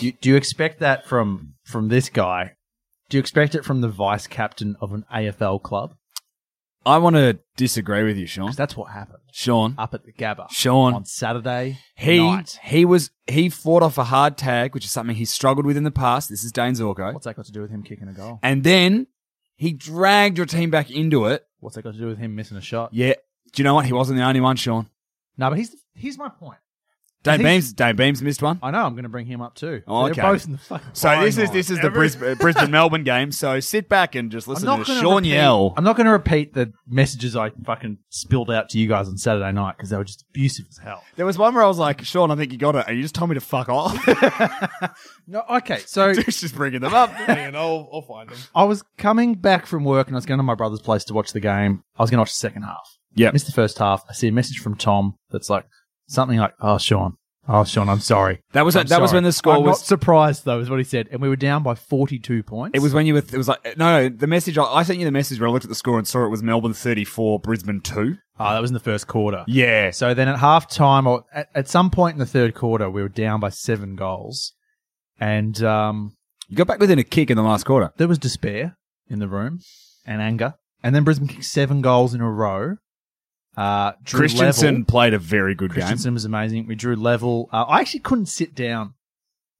Speaker 3: do you, do you expect that from from this guy? Do you expect it from the vice captain of an AFL club?
Speaker 4: I want to disagree with you, Sean.
Speaker 3: 'Cause that's what happened
Speaker 5: Uh,
Speaker 4: Sean,
Speaker 3: up at the Gabba
Speaker 4: Sean,
Speaker 3: on Saturday
Speaker 4: he
Speaker 3: night.
Speaker 4: he was he fought off a hard tag, which is something he struggled with in the past. This is Dane Zorko,
Speaker 3: What's that got to do with him kicking a goal?
Speaker 4: and then he dragged your team back into it.
Speaker 3: What's that got to do with him missing a shot?
Speaker 4: Yeah, do you know what? He wasn't the only one, Sean.
Speaker 3: No, but he's here's my point.
Speaker 4: Dane
Speaker 3: think-
Speaker 4: Beams, Dane Beams missed one.
Speaker 3: I know I'm going to bring him up too.
Speaker 4: Oh,
Speaker 3: They're
Speaker 4: okay.
Speaker 3: both in the fucking
Speaker 4: So this
Speaker 3: firing
Speaker 4: is this
Speaker 3: line.
Speaker 4: is the Brisbane, Brisbane Melbourne game. So sit back and just listen to
Speaker 3: gonna
Speaker 4: Sean
Speaker 3: repeat,
Speaker 4: yell.
Speaker 3: I'm not going to repeat the messages I fucking spilled out to you guys on Saturday night because they were just abusive as hell.
Speaker 4: there was one where I was like, Sean, I think you got it, and you just told me to fuck off.
Speaker 3: No, okay. So
Speaker 4: Dude's just bringing them up.
Speaker 5: Man, I'll, I'll find them.
Speaker 3: I was coming back from work and I was going to my brother's place to watch the game. I was going to watch the second half.
Speaker 4: Yep.
Speaker 3: Missed the first half. I see a message from Tom that's like something like, "Oh, Sean, oh, Sean, I'm sorry."
Speaker 4: That was
Speaker 3: I'm
Speaker 4: that was
Speaker 3: sorry."
Speaker 4: when the score
Speaker 3: I'm
Speaker 4: was.
Speaker 3: Not surprised though, is what he said, and we were down by 42 points.
Speaker 4: it was when you were. It was like uh, no, no. The message I, I sent you the message where I looked at the score and saw it was Melbourne thirty four, Brisbane two.
Speaker 3: Oh, that was in the first quarter.
Speaker 4: Yeah.
Speaker 3: So then at half time or at, at some point in the third quarter, we were down by seven goals, and um,
Speaker 4: You got back within a kick in the last quarter.
Speaker 3: there was despair in the room and anger. And then Brisbane kicked seven goals in a row. Uh, drew
Speaker 4: Christensen
Speaker 3: level.
Speaker 4: played a very good game.
Speaker 3: Christensen was amazing. We drew level. Uh, I actually couldn't sit down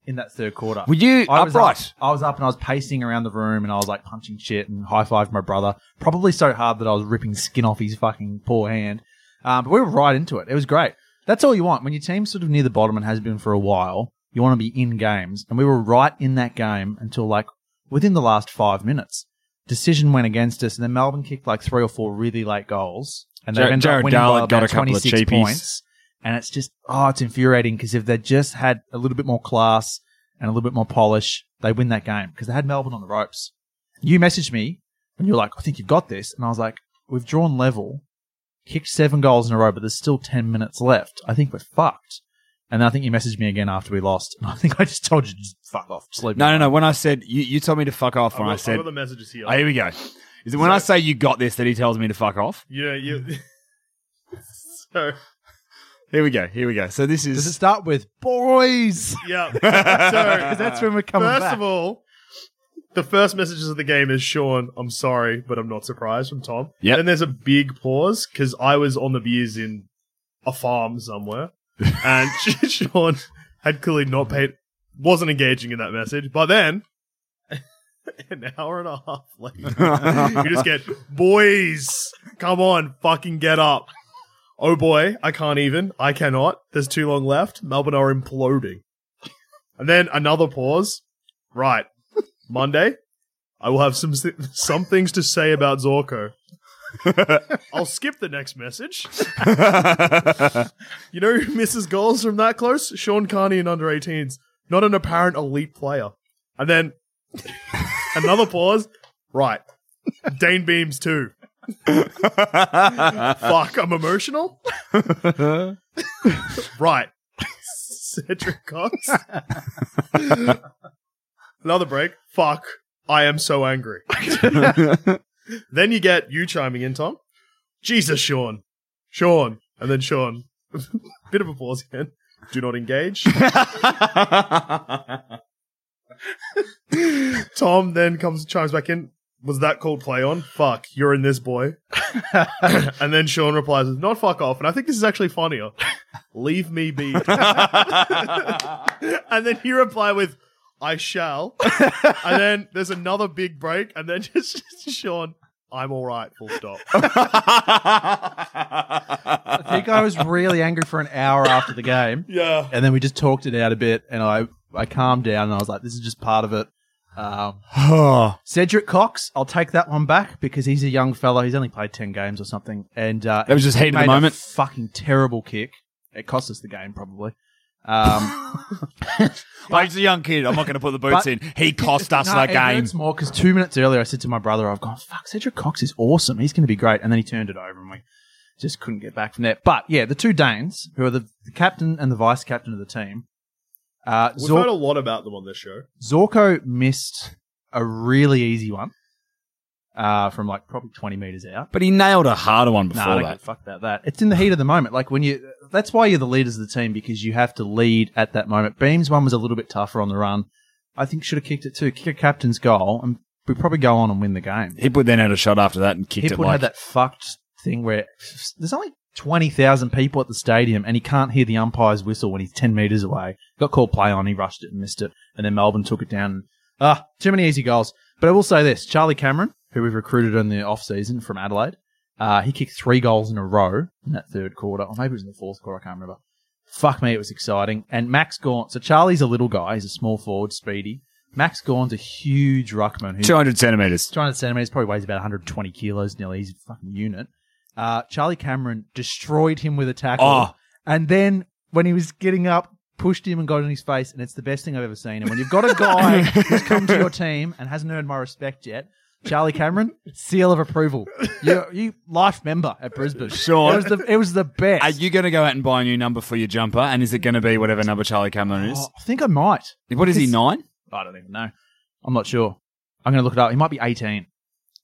Speaker 3: in that third quarter.
Speaker 4: Were you
Speaker 3: I was
Speaker 4: upright?
Speaker 3: Up, I was up and I was pacing around the room and I was like punching shit and high fived my brother, probably so hard that I was ripping skin off his fucking poor hand. Um, but we were right into it. It was great. That's all you want when your team's sort of near the bottom and has been for a while. You want to be in games, and we were right in that game until like within the last five minutes. Decision went against us, and then Melbourne kicked like three or four really late goals, and they
Speaker 4: Jar-
Speaker 3: ended
Speaker 4: Jared
Speaker 3: up winning by
Speaker 4: Garland got
Speaker 3: about
Speaker 4: a couple of
Speaker 3: 26
Speaker 4: cheapies.
Speaker 3: points. And it's just oh, it's infuriating because if they just had a little bit more class and a little bit more polish, they win that game because they had Melbourne on the ropes. You messaged me and you're like, I think you've got this, and I was like, we've drawn level, kicked seven goals in a row, but there's still ten minutes left. I think we're fucked. And then I think you messaged me again after we lost, and I think I just told you to just fuck off, sleep.
Speaker 4: No, no, no. When I said you, you told me to fuck off.
Speaker 5: I've
Speaker 4: When
Speaker 5: got-
Speaker 4: I
Speaker 5: I've
Speaker 4: said,
Speaker 5: got the messages here.
Speaker 4: oh, here we go. Is it when I say you got this that he tells me to fuck off?
Speaker 5: yeah, you. so
Speaker 4: Here we go. Here we go. So this
Speaker 3: Does it
Speaker 4: is
Speaker 3: start with boys?
Speaker 5: yeah, so that's
Speaker 3: that's when we're coming
Speaker 5: First
Speaker 3: back.
Speaker 5: of all, the first messages of the game is Sean, I'm sorry, but I'm not surprised from Tom.
Speaker 4: Yep.
Speaker 5: Then there's a big pause because I was on the beers in a farm somewhere. and Sean had clearly not paid, wasn't engaging in that message. But then, an hour and a half later, you just get, boys, come on, fucking get up. Oh boy, I can't even. I cannot. There's too long left. Melbourne are imploding. And then another pause. Right. Monday, I will have some some things to say about Zorko. I'll skip the next message. You know who misses goals from that close? Sean Carney in under 18s. Not an apparent elite player. And then another pause. Right. Dane Beams too. Fuck, I'm emotional. right. Cedric Cox. another break. Fuck, I am so angry. then you get you chiming in, Tom. Jesus, Sean. Sean. And then Sean. Bit of a pause again. Do not engage. Tom then comes chimes back in. Was that called play on? Fuck, you're in this boy. and then Sean replies with not fuck off. And I think this is actually funnier. Leave me be. and then you reply with I shall. and then there's another big break. And then just, Sean, I'm all right. Full stop.
Speaker 3: I think I was really angry for an hour after the game.
Speaker 5: Yeah.
Speaker 3: and then we just talked it out a bit, and I I calmed down, and I was like, this is just part of it. Um, Cedric Cox, I'll take that one back because he's a young fellow. He's only played ten games or something, and uh,
Speaker 4: That was just heat
Speaker 3: he
Speaker 4: of the
Speaker 3: made a
Speaker 4: moment.
Speaker 3: fucking terrible kick. It cost us the game probably. Um,
Speaker 4: I was a young kid. I'm not going to put the boots
Speaker 3: But-
Speaker 4: in. He cost us
Speaker 3: no,
Speaker 4: that
Speaker 3: it
Speaker 4: game.
Speaker 3: hurts more because two minutes earlier I said to my brother, I've gone, fuck, Cedric Cox is awesome. He's going to be great. And then he turned it over and we just couldn't get back from there. But yeah, the two Danes, who are the, the captain and the vice captain of the team, uh,
Speaker 5: We've
Speaker 3: Zorko-
Speaker 5: heard a lot about them on this show.
Speaker 3: Zorko missed a really easy one uh, from like probably 20 meters out.
Speaker 4: But he nailed a harder one before
Speaker 3: Nah, I don't give
Speaker 4: that.
Speaker 3: a fuck about that. It's in the heat of the moment. Like when you, that's why you're the leaders of the team because you have to lead at that moment. Beams one was a little bit tougher on the run. I think should have kicked it too. Kick a captain's goal and we probably go on and win the game.
Speaker 4: He put then had a shot after that and kicked
Speaker 3: Hipwood
Speaker 4: it like
Speaker 3: had that fucked thing where there's only 20,000 people at the stadium and he can't hear the umpire's whistle when he's 10 metres away. Got called play on, he rushed it and missed it. And then Melbourne took it down. Ah, too many easy goals. But I will say this Charlie Cameron, who we've recruited in the off-season from Adelaide, uh, he kicked three goals in a row in that third quarter, or maybe it was in the fourth quarter, I can't remember. Fuck me, it was exciting. And Max Gaunt, so Charlie's a little guy, he's a small forward, speedy. Max Gaunt's a huge ruckman who's
Speaker 4: 200 centimeters.
Speaker 3: 200 centimeters, probably weighs about 120 kilos nearly. He's a fucking unit. Uh, Charlie Cameron destroyed him with a tackle.
Speaker 4: Oh.
Speaker 3: And then when he was getting up, pushed him and got in his face. And it's the best thing I've ever seen. And when you've got a guy who's come to your team and hasn't earned my respect yet, Charlie Cameron, seal of approval. You, you life member at Brisbane.
Speaker 4: Sure.
Speaker 3: It was the, it was the best.
Speaker 4: Are you going to go out and buy a new number for your jumper? And is it going to be whatever number Charlie Cameron is?
Speaker 3: Oh, I think I might.
Speaker 4: what is he, nine?
Speaker 3: I don't even know. I'm not sure. I'm going to look it up. He might be 18.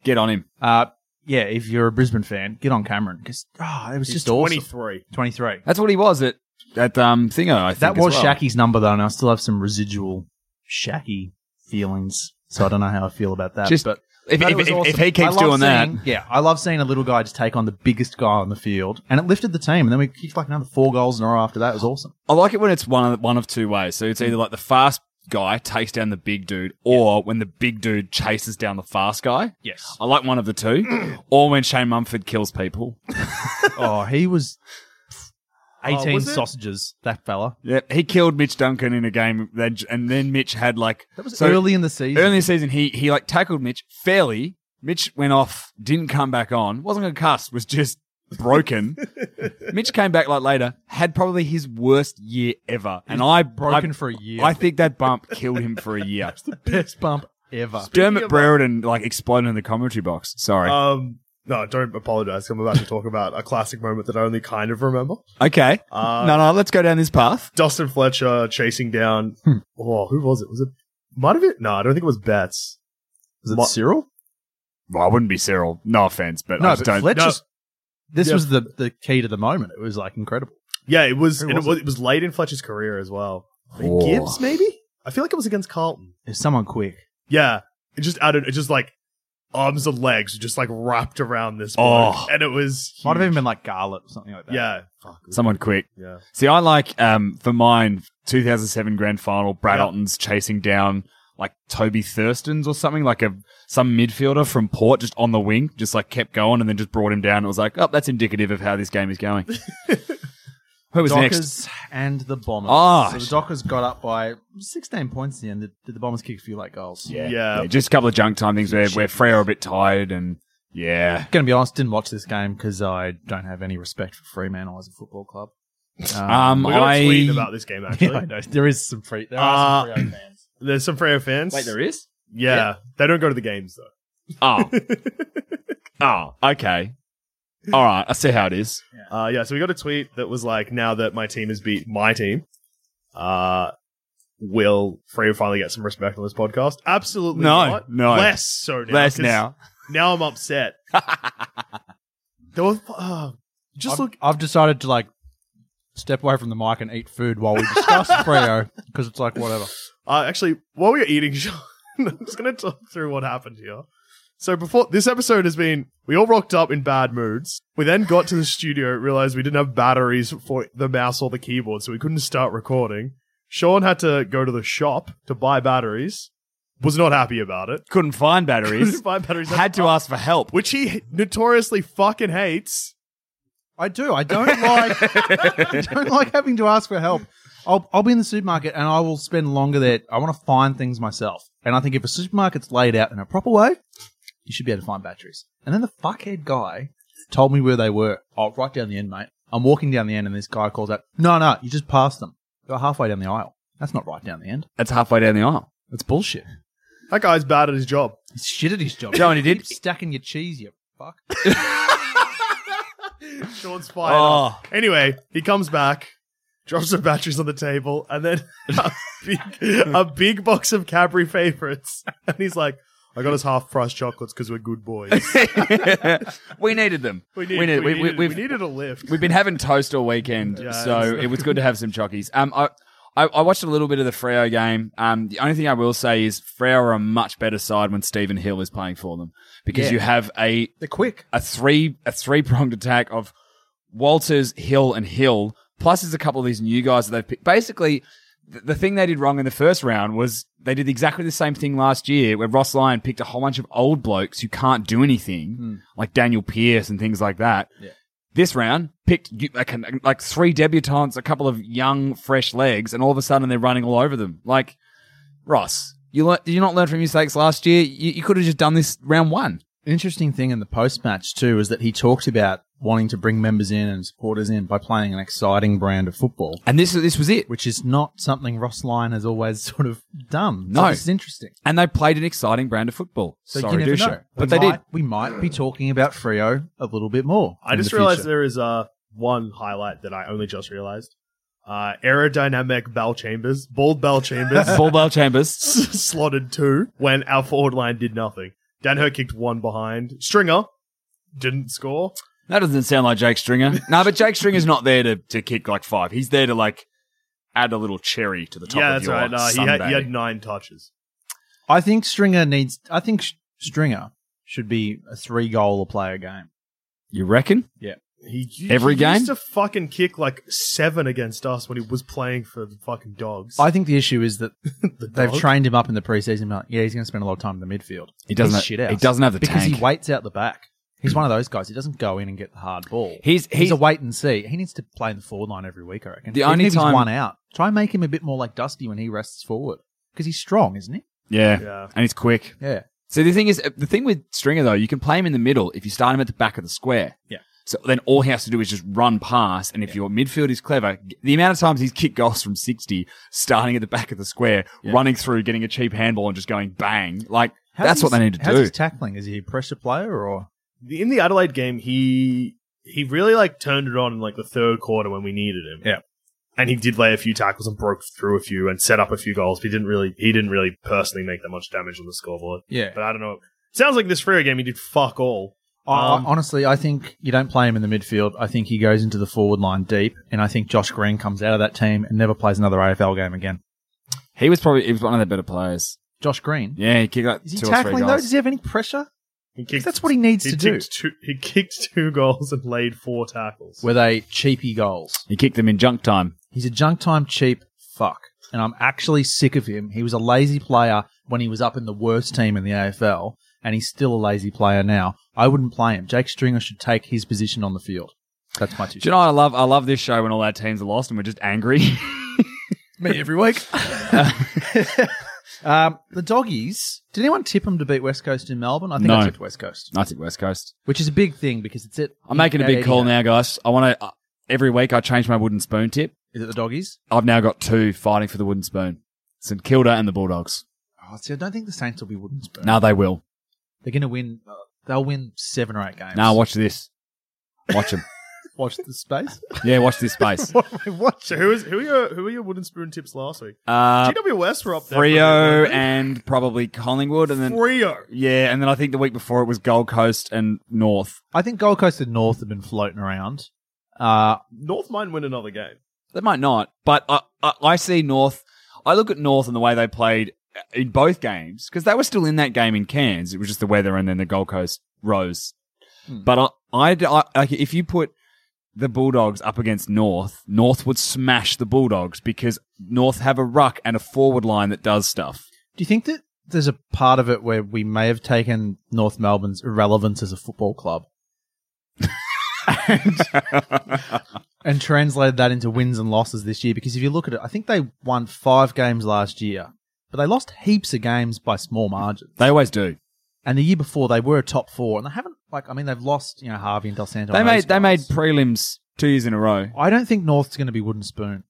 Speaker 4: Get on him.
Speaker 3: Uh, yeah, if you're a Brisbane fan, get on Cameron because oh, it was
Speaker 5: He's
Speaker 3: just awesome.
Speaker 5: 23.
Speaker 3: 23.
Speaker 4: That's what he was at, at um, Thingo, I think.
Speaker 3: That
Speaker 4: as
Speaker 3: was
Speaker 4: well.
Speaker 3: Shacky's number, though, and I still have some residual Shacky feelings. So I don't know how I feel about that.
Speaker 4: Just-
Speaker 3: Uh, but
Speaker 4: If,
Speaker 3: but it
Speaker 4: if,
Speaker 3: was
Speaker 4: if,
Speaker 3: awesome.
Speaker 4: if he
Speaker 3: I
Speaker 4: keeps
Speaker 3: love
Speaker 4: doing that,
Speaker 3: seeing- Yeah, I love seeing a little guy just take on the biggest guy on the field. And it lifted the team. And then we kicked like another four goals in a row after that. It was awesome.
Speaker 4: I like it when it's one of, one of two ways. So it's either like the fast guy takes down the big dude, or when the big dude chases down the fast guy.
Speaker 5: Yes.
Speaker 4: I like one of the two, or when Shane Mumford kills people.
Speaker 3: oh, he was
Speaker 5: Oh,
Speaker 3: 18
Speaker 5: was it?
Speaker 3: sausages, that fella.
Speaker 4: Yeah, he killed Mitch Duncan in a game, that- and then Mitch had like
Speaker 3: That was
Speaker 4: so
Speaker 3: early in the season.
Speaker 4: early in the season. He he like tackled Mitch fairly. Mitch went off, didn't come back on, wasn't gonna cuss, was just broken. Mitch came back like later, had probably his worst year ever, and I
Speaker 3: broken
Speaker 4: I-
Speaker 3: for a year.
Speaker 4: I think that bump killed him for a year.
Speaker 3: Best bump ever.
Speaker 4: Dermot Brereton like exploded in the commentary box. Sorry.
Speaker 5: Um, no, don't apologize. I'm about to talk about a classic moment that I only kind of remember.
Speaker 4: okay.
Speaker 5: Uh,
Speaker 4: no, no. Let's go down this path.
Speaker 5: Dustin Fletcher chasing down.
Speaker 3: Hmm.
Speaker 5: Oh, who was it? Was it? Might have it. No, I don't think it was Betts.
Speaker 6: Is it
Speaker 5: Mo-
Speaker 6: Cyril?
Speaker 4: Well, I wouldn't be Cyril. No offense, but I
Speaker 3: No,
Speaker 4: just
Speaker 3: but
Speaker 4: don't.
Speaker 3: Fletcher's. This
Speaker 5: Yeah.
Speaker 3: was the, the key to the moment. It was like incredible.
Speaker 5: Yeah, it was.
Speaker 3: Who
Speaker 5: and
Speaker 3: was
Speaker 5: it, was it was late in Fletcher's career as well. I think
Speaker 4: Oh.
Speaker 5: Gibbs, maybe. I feel like it was against Carlton.
Speaker 3: It was someone quick.
Speaker 5: Yeah, it just added. It just like arms and legs just like wrapped around this.
Speaker 4: Oh.
Speaker 5: bloke, and it was.
Speaker 3: Might have
Speaker 5: huge.
Speaker 3: even been like Garlet or something like that.
Speaker 5: Yeah.
Speaker 4: Someone quick.
Speaker 5: Yeah.
Speaker 4: See, I like um, for mine 2007 Grand Final. Brad
Speaker 5: Yeah.
Speaker 4: Alton's chasing down like Toby Thurston's or something like a some midfielder from Port just on the wing, just like kept going and then just brought him down. It was like, oh, that's indicative of how this game is going. Who was next?
Speaker 3: Dockers and the Bombers.
Speaker 4: Ah,
Speaker 3: so the Dockers got up by 16 points in the end. Did did the Bombers kick a few late goals?
Speaker 4: Yeah.
Speaker 5: Yeah.
Speaker 4: just a couple of junk time things where where Freo are a bit tired and yeah.
Speaker 3: Going to be honest, didn't watch this game because I don't have any respect for Fremantle as a football club.
Speaker 4: Um,
Speaker 5: We got
Speaker 4: I
Speaker 5: a tweet about this game actually.
Speaker 3: yeah, I know. There is some free. There
Speaker 5: Uh,
Speaker 3: are some free fans.
Speaker 5: There's some Freo fans.
Speaker 4: is.
Speaker 5: yeah, they don't go to the games though.
Speaker 4: Oh, oh, okay. All right, I see how it is.
Speaker 5: Uh, yeah, so we got a tweet that was like, now that my team has beat my team, uh, will Freo finally get some respect on this podcast? Absolutely
Speaker 4: No,
Speaker 5: not.
Speaker 4: no.
Speaker 5: Less so now.
Speaker 4: Less
Speaker 5: 'cause
Speaker 4: now.
Speaker 5: Now I'm upset. there was, uh, just
Speaker 3: I've,
Speaker 5: look.
Speaker 3: I've decided to like step away from the mic and eat food while we discuss Freo because it's like whatever.
Speaker 5: Uh, actually, while we were eating, Sean, I'm just going to talk through what happened here. So before this episode has been, we all rocked up in bad moods. We then got to the studio, realized we didn't have batteries for the mouse or the keyboard, so we couldn't start recording. Sean had to go to the shop to buy batteries. Was not happy about it.
Speaker 4: Couldn't find
Speaker 5: Couldn't
Speaker 4: batteries.
Speaker 5: buy batteries,
Speaker 4: Had to ask for help.
Speaker 5: which he notoriously fucking hates.
Speaker 3: I do. I don't like. I don't like having to ask for help. I'll I'll be in the supermarket and I will spend longer there. I want to find things myself. And I think if a supermarket's laid out in a proper way, you should be able to find batteries. And then the fuckhead guy told me where they were. Oh, right down the end, mate. I'm walking down the end, and this guy calls out, "No, no, you just passed them. You're halfway down the aisle. That's not right down the end.
Speaker 4: That's halfway down the aisle.
Speaker 3: That's bullshit."
Speaker 5: That guy's bad at his job.
Speaker 3: He's shit at his job.
Speaker 4: Joe, and he did-
Speaker 3: Keep stacking your cheese, you fuck.
Speaker 5: Sean's fired
Speaker 4: Oh.
Speaker 5: up. Anyway, he comes back, drops the batteries on the table, and then a big, a big box of Cadbury favorites. And he's like, I got us half price chocolates because we're good boys.
Speaker 4: we needed them.
Speaker 5: We, need, we,
Speaker 4: need- we- we-
Speaker 5: needed, we
Speaker 4: we've-
Speaker 5: needed a lift.
Speaker 4: We've been having toast all weekend,
Speaker 5: Yeah,
Speaker 4: so
Speaker 5: it's-
Speaker 4: it was good to have some chockies. Um, I, I, I watched a little bit of the Freo game. Um, the only thing I will say is Freo are a much better side when Stephen Hill is playing for them because
Speaker 3: Yeah.
Speaker 4: you have a
Speaker 3: They're quick.
Speaker 4: a three a three pronged attack of Walters, Hill, and Hill. Plus, there's a couple of these new guys that they've picked. Basically, th- the thing they did wrong in the first round was they did exactly the same thing last year, where Ross Lyon picked a whole bunch of old blokes who can't do anything, like Daniel Pierce and things like that. This round picked you- like, an- like three debutants, a couple of young, fresh legs, and all of a sudden they're running all over them. Like Ross, you lear- did you not learn from your mistakes last year? You, you could have just done this round one.
Speaker 3: interesting thing in the post match too is that he talked about wanting to bring members in and supporters in by playing an exciting brand of football,
Speaker 4: And this this was it.
Speaker 3: which is not something Ross Lyon has always sort of done. So
Speaker 4: No.
Speaker 3: this is interesting.
Speaker 4: and they played an exciting brand of football.
Speaker 3: So
Speaker 4: Sorry,
Speaker 3: you never
Speaker 4: Dusha.
Speaker 3: know.
Speaker 4: But
Speaker 3: we
Speaker 4: they
Speaker 3: might,
Speaker 4: did.
Speaker 3: We might be talking about Frio a little bit more.
Speaker 5: I
Speaker 3: in
Speaker 5: just
Speaker 3: the
Speaker 5: realized
Speaker 3: future.
Speaker 5: there is uh, one highlight that I only just realized. Uh, aerodynamic bell chambers, bald bell chambers,
Speaker 4: Ball Bell Chambers.
Speaker 5: slotted two when our forward line did nothing. Danher kicked one behind. Stringer didn't score.
Speaker 4: That doesn't sound like Jake Stringer. no, but Jake Stringer's not there to, to kick like five. He's there to like add a little cherry to the top
Speaker 5: yeah,
Speaker 4: of
Speaker 5: that's
Speaker 4: your
Speaker 5: right. Uh, he, had,
Speaker 4: sundae.
Speaker 5: he had nine touches.
Speaker 3: I think Stringer needs. I think Sh- Stringer should be a three goal a player game.
Speaker 4: You reckon?
Speaker 3: Yeah.
Speaker 5: He u-
Speaker 4: Every
Speaker 5: he
Speaker 4: game?
Speaker 5: used to fucking kick like seven against us when he was playing for the fucking dogs.
Speaker 3: I think the issue is that
Speaker 5: The
Speaker 3: they've
Speaker 5: dog?
Speaker 3: trained him up in the preseason. like, yeah, he's going to spend a lot of time in the midfield.
Speaker 4: He doesn't
Speaker 3: He's
Speaker 4: have-
Speaker 3: shit out.
Speaker 4: he doesn't have the
Speaker 3: because
Speaker 4: tank. Hmm.
Speaker 3: he waits out the back. He's one of those guys. He doesn't go in and get the hard ball.
Speaker 4: He's- he's-
Speaker 3: a wait and see. He needs to play in the forward line every week. I reckon.
Speaker 4: The
Speaker 3: Even
Speaker 4: only
Speaker 3: if
Speaker 4: time-
Speaker 3: he's one out, try and make him a bit more like Dusty when he rests forward because he's strong, isn't he?
Speaker 4: Yeah.
Speaker 5: Yeah.
Speaker 4: And he's quick.
Speaker 3: Yeah.
Speaker 4: So the thing is, uh, the thing with Stringer though, you can play him in the middle if you start him at the back of the square.
Speaker 3: Yeah.
Speaker 4: So then all he has to do is just run past, and if your midfield is clever, the amount of times he's kicked goals from sixty, starting at the back of the square, running through, getting a cheap handball, and just going bang, like
Speaker 3: How's
Speaker 4: that's what
Speaker 3: his-
Speaker 4: they need to
Speaker 3: how's
Speaker 4: do.
Speaker 3: his tackling? Is he a pressure player or?
Speaker 5: in the Adelaide game, he he really like turned it on in like the third quarter when we needed him.
Speaker 3: Yeah.
Speaker 5: And he did lay a few tackles and broke through a few and set up a few goals, but he didn't really he didn't really personally make that much damage on the scoreboard.
Speaker 3: Yeah.
Speaker 5: But I don't know. Sounds like this Freo game he did fuck all.
Speaker 3: I-
Speaker 5: Um,
Speaker 3: honestly, I think you don't play him in the midfield. I think he goes into the forward line deep, and I think Josh Green comes out of that team and never plays another AFL game again.
Speaker 4: he was probably he was one of the better players.
Speaker 3: Josh Green.
Speaker 4: Yeah, he kicked like
Speaker 3: Is he
Speaker 4: two or three
Speaker 3: tackling though?
Speaker 4: goals.
Speaker 3: Does he have any pressure?
Speaker 5: He kicked,
Speaker 3: That's what he needs
Speaker 5: he
Speaker 3: to do.
Speaker 5: kicked Two, he kicked two goals and laid four tackles.
Speaker 3: Were they cheapy goals?
Speaker 4: He kicked them in junk time.
Speaker 3: He's a junk time cheap fuck, and I'm actually sick of him. He was a lazy player when he was up in the worst team in the AFL, and he's still a lazy player now. I wouldn't play him. Jake Stringer should take his position on the field. That's my two.
Speaker 4: Do you know what I love? I love this show when all our teams are lost and we're just angry.
Speaker 3: me every week. um, the doggies. Did anyone tip them to beat West Coast in Melbourne? I think
Speaker 4: No.
Speaker 3: I tipped West Coast,
Speaker 4: I think West Coast.
Speaker 3: which is a big thing because it's it.
Speaker 4: I'm making a big call now, guys. I want to. Uh, every week, I change my wooden spoon tip.
Speaker 3: Is it the doggies?
Speaker 4: I've now got two fighting for the wooden spoon: St Kilda and the Bulldogs.
Speaker 3: Oh, see, I don't think the Saints will be wooden spoon.
Speaker 4: Now they will.
Speaker 3: They're going to win. uh, They'll win seven or eight games.
Speaker 4: Now watch this. Watch them.
Speaker 3: watch the space.
Speaker 4: yeah, watch this space.
Speaker 3: what am I
Speaker 5: so
Speaker 3: watching?
Speaker 5: who is who are your who are your wooden spoon tips last week?
Speaker 4: Uh,
Speaker 5: GWS were up there. for a bit,
Speaker 4: Frio
Speaker 5: weren't they?
Speaker 4: and probably Collingwood, and then
Speaker 5: Freo.
Speaker 4: yeah, and then I think the week before it was Gold Coast and North.
Speaker 3: I think Gold Coast and North have been floating around. Uh,
Speaker 5: North might win another game.
Speaker 4: They might not, but I, I, I see North. I look at North and the way they played uh, in both games because they were still in that game in Cairns. It was just the weather, and then the Gold Coast rose. But I, I, I like if you put the Bulldogs up against North, North would smash the Bulldogs because North have a ruck and a forward line that does stuff.
Speaker 3: do you think that there's a part of it where we may have taken North Melbourne's irrelevance as a football club and translated that into wins and losses this year? Because if you look at it, I think they won five games last year, but they lost heaps of games by small margins.
Speaker 4: they always do.
Speaker 3: And the year before, they were top four, and they haven't like I mean, they've lost you know Harvey and Del Santo.
Speaker 4: They
Speaker 3: and
Speaker 4: made
Speaker 3: those
Speaker 4: they made
Speaker 3: guys.
Speaker 4: prelims two years in a row.
Speaker 3: I don't think North's going to be wooden spoon,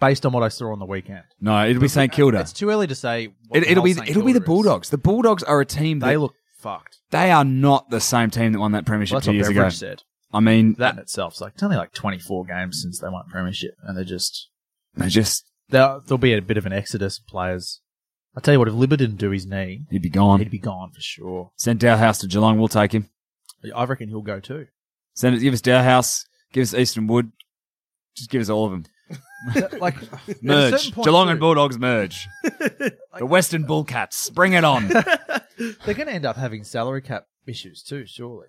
Speaker 3: based on what I saw on the weekend. Uh,
Speaker 4: No, it'll be St Kilda.
Speaker 3: It's too early to say. What
Speaker 4: It,
Speaker 3: the
Speaker 4: it'll
Speaker 3: hell
Speaker 4: be
Speaker 3: St
Speaker 4: it'll be
Speaker 3: Kilda
Speaker 4: the
Speaker 3: is.
Speaker 4: Bulldogs. The Bulldogs are a team that
Speaker 3: They look fucked.
Speaker 4: they are not the same team that won that premiership
Speaker 3: Well, that's
Speaker 4: two
Speaker 3: what
Speaker 4: years
Speaker 3: Beveridge
Speaker 4: ago.
Speaker 3: said.
Speaker 4: I mean,
Speaker 3: That in itself's like it's only like 24 games since they won premiership, and they're just
Speaker 4: they just
Speaker 3: there'll, there'll be a bit of an exodus of players. I tell you what, if Libba didn't do his knee,
Speaker 4: he'd be gone.
Speaker 3: he'd be gone for sure.
Speaker 4: Send Dowhouse to Geelong. We'll take him.
Speaker 3: I reckon he'll go too.
Speaker 4: Send it. Give us Dowhouse. Give us Eastern Wood. Just give us all of them.
Speaker 3: like at a
Speaker 4: Merge.
Speaker 3: certain point
Speaker 4: Geelong
Speaker 3: too,
Speaker 4: and Bulldogs merge. the Western Bullcats. Bring it on.
Speaker 3: They're going to end up having salary cap issues too, surely.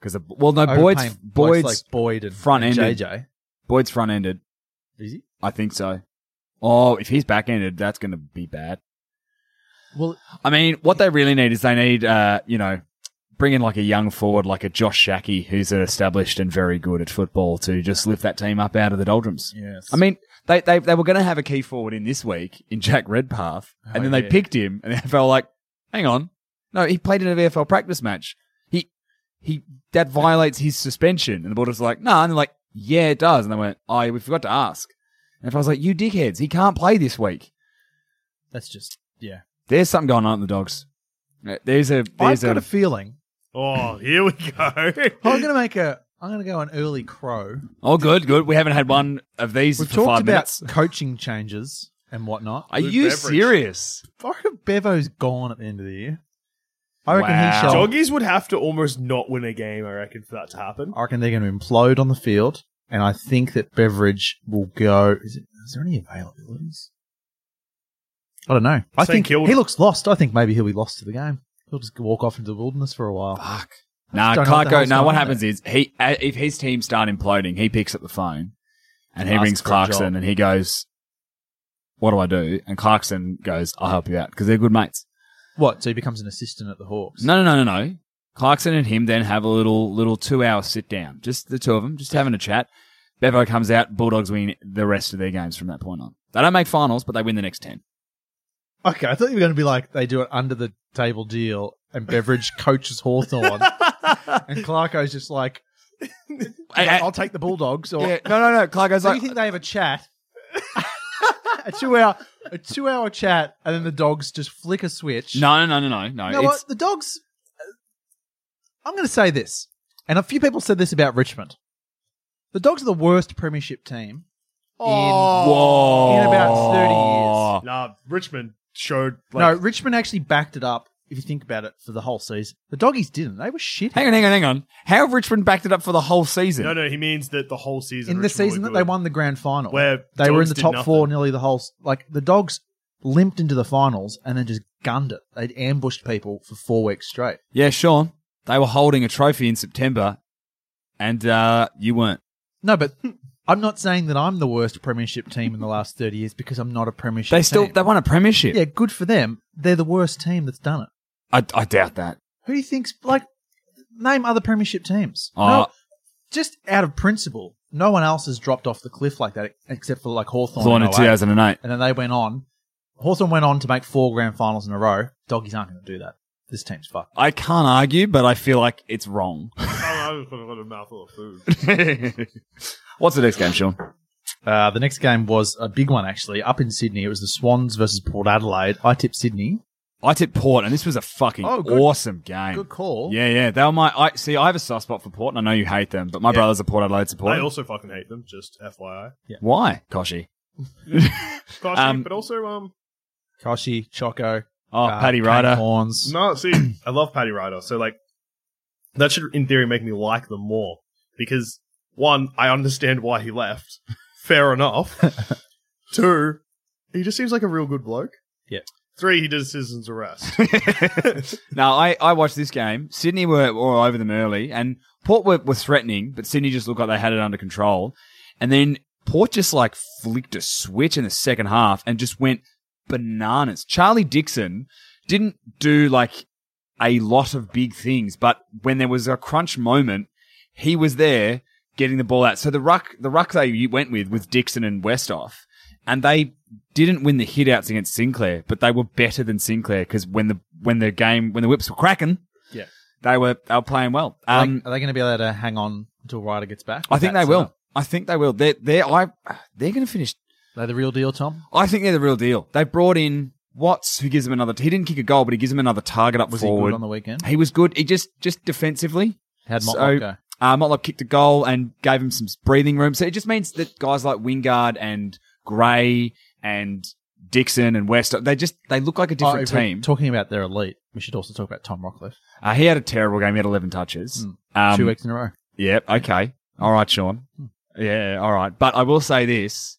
Speaker 4: Because well, no,
Speaker 3: Overpaying
Speaker 4: Boyd's
Speaker 3: blokes
Speaker 4: Boyd's
Speaker 3: like Boyd and
Speaker 4: front
Speaker 3: and
Speaker 4: ended.
Speaker 3: JJ.
Speaker 4: Boyd's front ended.
Speaker 3: Is he?
Speaker 4: I think so. Oh, if he's back ended, that's going to be bad.
Speaker 3: Well,
Speaker 4: I mean, what they really need is they need, uh, you know, bring in like a young forward like a Josh Shackey, who's an established and very good at football, to just lift that team up out of the doldrums.
Speaker 3: yes.
Speaker 4: I mean, they they, they were going to have a key forward in this week in Jack Redpath, and
Speaker 3: Oh,
Speaker 4: then they
Speaker 3: yeah.
Speaker 4: picked him, and the NFL like, hang on, no, he played in a VFL practice match. He he that violates his suspension, and the board was like, nah, and they're like, yeah, it does, and they went, oh, we forgot to ask. And if I was like, you dickheads, he can't play this week.
Speaker 3: that's just yeah.
Speaker 4: There's something going on in the dogs. Uh, There's a
Speaker 3: I've
Speaker 4: there's
Speaker 3: got
Speaker 4: a,
Speaker 3: a feeling
Speaker 5: Oh, here we go.
Speaker 3: I'm going to make a. I'm going to go an early crow.
Speaker 4: oh good good. We haven't had one of these
Speaker 3: We've
Speaker 4: for
Speaker 3: talked
Speaker 4: five
Speaker 3: about
Speaker 4: minutes.
Speaker 3: coaching changes and whatnot.
Speaker 4: Are
Speaker 5: Luke
Speaker 4: you
Speaker 5: Beveridge.
Speaker 4: serious?
Speaker 3: I reckon Bevo's gone at the end of the year. I reckon
Speaker 4: Wow.
Speaker 3: he shall.
Speaker 5: Doggies would have to almost not win a game, I reckon, for that to happen.
Speaker 3: I reckon they're going to implode on the field, and I think that Beveridge will go. Is, it, is there any availabilities? I don't know. I
Speaker 5: St.
Speaker 3: think
Speaker 5: Kilda.
Speaker 4: Ah.
Speaker 3: he looks lost. I think maybe he'll be lost to the game. He'll just walk off into the wilderness for a while.
Speaker 4: Fuck.
Speaker 3: don't
Speaker 4: Nah,
Speaker 3: know what
Speaker 4: Clark
Speaker 3: the
Speaker 4: goes.
Speaker 3: hell's
Speaker 4: No,
Speaker 3: going
Speaker 4: what
Speaker 3: on
Speaker 4: happens is he uh, if his team start imploding, he picks up the phone and he
Speaker 5: Asks
Speaker 4: rings
Speaker 5: for a job.
Speaker 4: Clarkson and he goes, "What do I do?" And Clarkson goes, "I'll help you out because they're good mates."
Speaker 3: What? So he becomes an assistant at the Hawks?
Speaker 4: No, no, no, no, no. Clarkson and him then have a little little two hour sit down, just the two of them, just having a chat. Bevo comes out, Bulldogs win the rest of their games from that point on. They don't make finals, but they win the next ten.
Speaker 3: Okay, I thought you were going to be like they do it under the table deal, and Beveridge coaches Hawthorn, and Clarko's just like,
Speaker 4: Hey, hey,
Speaker 3: I'll take the Bulldogs. Or
Speaker 4: yeah, no, no, no. Clark goes
Speaker 3: so
Speaker 4: like,
Speaker 3: you think they have a chat? a two hour, a two hour chat, and then the dogs just flick a switch.
Speaker 4: no, no, no, no, no,
Speaker 3: you
Speaker 4: no.
Speaker 3: know
Speaker 4: It's,
Speaker 3: what? The dogs. I'm going to say this, and a few people said this about Richmond. The dogs are the worst premiership team.
Speaker 4: whoa.
Speaker 3: in about 30 years.
Speaker 5: Nah, Richmond showed
Speaker 3: no, Richmond actually backed it up. If you think about it, for the whole season, the doggies didn't. They were shit.
Speaker 4: Hang on, hang on, hang on. How have Richmond backed it up for the whole season?
Speaker 5: No, no, he means that the whole season.
Speaker 3: in
Speaker 5: Richmond
Speaker 3: the
Speaker 5: were
Speaker 3: season that
Speaker 5: good.
Speaker 3: they won the grand final,
Speaker 5: Where
Speaker 3: they were in
Speaker 5: Dogs
Speaker 3: the
Speaker 5: did
Speaker 3: top
Speaker 5: nothing.
Speaker 3: four nearly the whole. s- Like the dogs limped into the finals and then just gunned it. They'd ambushed people for four weeks straight.
Speaker 4: Yeah, Sean, they were holding a trophy in September, and uh, you weren't.
Speaker 3: No, but
Speaker 5: Hmm.
Speaker 3: I'm not saying that I'm the worst premiership team in the last thirty years because I'm not a premiership.
Speaker 4: They still
Speaker 3: team.
Speaker 4: they won a premiership.
Speaker 3: yeah, good for them. They're the worst team that's done it.
Speaker 4: I, I doubt that.
Speaker 3: Who do you think's like? Name other premiership teams.
Speaker 4: Uh,
Speaker 3: No, just out of principle, no one else has dropped off the cliff like that except for like Hawthorn.
Speaker 4: Thorn in
Speaker 3: 08.
Speaker 4: 2008.
Speaker 3: And then they went on. Hawthorn went on to make four grand finals in a row. Doggies aren't going to do that. This team's fucked.
Speaker 4: I can't argue, but I feel like it's wrong.
Speaker 5: Oh, I was gonna put a mouthful of food.
Speaker 4: What's the next game, Sean?
Speaker 3: Uh, the next game was a big one, actually, up in Sydney. It was the Swans versus Port Adelaide. I tipped Sydney.
Speaker 4: I tipped Port, and this was a fucking
Speaker 3: Oh, good-
Speaker 4: awesome game.
Speaker 3: Good call.
Speaker 4: Yeah, yeah. They were my. I see. I have a soft spot for Port, and I know you hate them, but my brother's a Port Adelaide supporter.
Speaker 5: I also fucking hate them. Just FYI,
Speaker 4: Why, Koshy?
Speaker 5: Koshi,
Speaker 4: Um,
Speaker 5: but also um,
Speaker 3: Koshi, Choco.
Speaker 4: Oh,
Speaker 3: uh,
Speaker 4: Paddy
Speaker 3: Kane
Speaker 4: Ryder.
Speaker 3: Horns.
Speaker 5: no, see, I love Paddy Ryder, so like that should in theory make me like them more because one, I understand why he left. Fair enough. Two, he just seems like a real good bloke.
Speaker 3: Yeah.
Speaker 5: Three, he did citizen's arrest.
Speaker 4: Now, I, I watched this game. Sydney were, were all over them early, and Port were, were threatening, but Sydney just looked like they had it under control. And then Port just like flicked a switch in the second half and just went bananas. Charlie Dixon didn't do like a lot of big things, but when there was a crunch moment, he was there getting the ball out. So the ruck, the ruck they went with was Dixon and Westoff, and they didn't win the hitouts against Sinclair, but they were better than Sinclair because when the when the game when the whips were cracking,
Speaker 3: Yeah.
Speaker 4: they were they were playing well. Um,
Speaker 3: are they going to be able to hang on until Ryder gets back?
Speaker 4: I think they
Speaker 3: uh, That's
Speaker 4: will.
Speaker 3: enough.
Speaker 4: I think they will. They're they I they're going to finish
Speaker 3: Are they the real deal, Tom?
Speaker 4: I think they're the real deal. They brought in Watts, who gives him another. He didn't kick a goal, but he gives him another target up
Speaker 3: Was he
Speaker 4: forward.
Speaker 3: good on the weekend?
Speaker 4: He was good. He just just defensively.
Speaker 3: Had
Speaker 4: So-
Speaker 3: Motlop go.
Speaker 4: Uh, Motlop kicked a goal and gave him some breathing room. So it just means that guys like Wingard and Gray and Dixon and West, they just they look like a
Speaker 3: Oh,
Speaker 4: different
Speaker 3: if we're
Speaker 4: team.
Speaker 3: Talking about their elite, we should also talk about Tom Rockcliffe.
Speaker 4: uh, he had a terrible game. He had eleven touches.
Speaker 3: Mm.
Speaker 4: Um,
Speaker 3: Two weeks in a row.
Speaker 4: Yep. Okay. All right, Sean. Yeah. All right. But I will say this: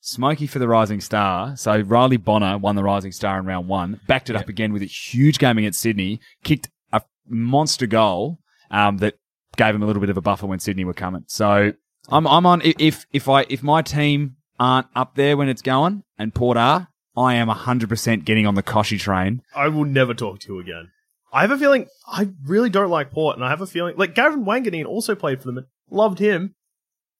Speaker 4: Smokey for the Rising Star. So Riley Bonner won the Rising Star in round one. Backed it up again with a huge game against Sydney. Kicked a monster goal um, that gave him a little bit of a buffer when Sydney were coming. So I'm I'm on i- if if I if my team aren't up there when it's going and Port are, I am 100% getting on the Koshy train.
Speaker 5: I will never talk to you again. I have a feeling I really don't like Port, and I have a feeling like Gavin Wanganeen also played for them and loved him.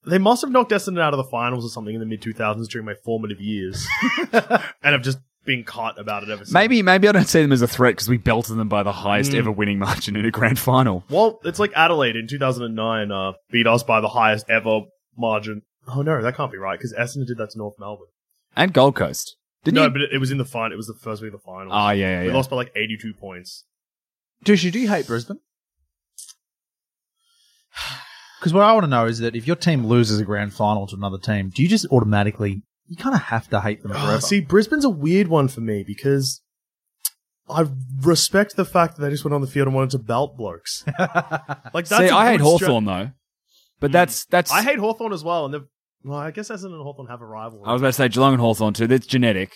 Speaker 5: They must have knocked Essendon out of the finals or something in the mid two thousands during my formative years, and I've just been caught about it ever since.
Speaker 4: Maybe maybe I don't see them as a threat because we belted them by the highest ever winning margin in a grand final.
Speaker 5: Well, it's like Adelaide in two thousand and nine uh, beat us by the highest ever margin. Oh no, that can't be right because Essendon did that to North Melbourne.
Speaker 4: and Gold Coast. Didn't
Speaker 5: no,
Speaker 4: you?
Speaker 5: but it, it was in the final. It was the first week of the finals.
Speaker 4: oh yeah, yeah.
Speaker 5: we
Speaker 4: yeah.
Speaker 5: lost by like eighty two points.
Speaker 3: Dusha, do you hate Brisbane? Because what I want to know is that if your team loses a grand final to another team, do you just automatically you kind of have to hate them
Speaker 5: Oh,
Speaker 3: forever?
Speaker 5: see, Brisbane's a weird one for me because I respect the fact that they just went on the field and wanted to belt blokes. like that's
Speaker 4: See,
Speaker 5: a
Speaker 4: I hate
Speaker 5: good stra-
Speaker 4: Hawthorn though, but that's that's.
Speaker 5: I hate Hawthorn as well, and they've- well, I guess Essendon and Hawthorn have a rivalry.
Speaker 4: I was about to say Geelong and Hawthorn too. That's genetic.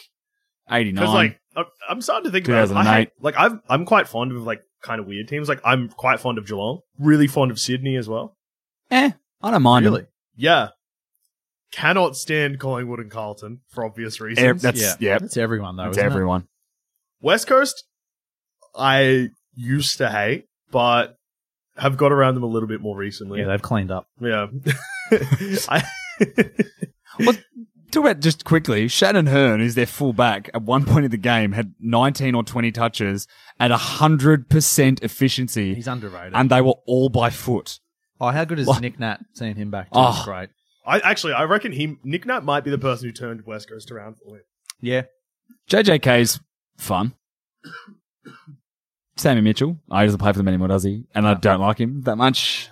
Speaker 4: 89.
Speaker 5: Because like I- I'm starting to think about it. I
Speaker 4: 2008.
Speaker 5: hate- like I've, I'm quite fond of like kind of weird teams. Like I'm quite fond of Geelong, really fond of Sydney as well.
Speaker 4: eh, I don't mind. them.
Speaker 3: Really?
Speaker 5: Yeah, cannot stand Collingwood and Carlton for obvious reasons.
Speaker 4: Eh, that's yeah.
Speaker 3: yeah. That's everyone though.
Speaker 4: That's
Speaker 3: isn't it?
Speaker 4: everyone.
Speaker 5: West Coast, I used to hate, but have got around them a little bit more recently.
Speaker 3: Yeah, they've cleaned up.
Speaker 5: Yeah. I,
Speaker 4: Talk about just quickly. Shannon Hearn, who's their fullback, at one point in the game had 19 or 20 touches at 100% efficiency,
Speaker 3: He's underrated.
Speaker 4: and they were all by foot.
Speaker 3: oh, how good is
Speaker 4: What?
Speaker 3: Nick Nat seeing him back?
Speaker 4: Oh.
Speaker 3: Oh, great.
Speaker 5: I actually, I reckon he Nick Nat might be the person who turned West Coast around for him.
Speaker 3: Yeah,
Speaker 4: JJK's fun. Sammy Mitchell, oh, he doesn't play for them anymore, does he? And I don't like him that much.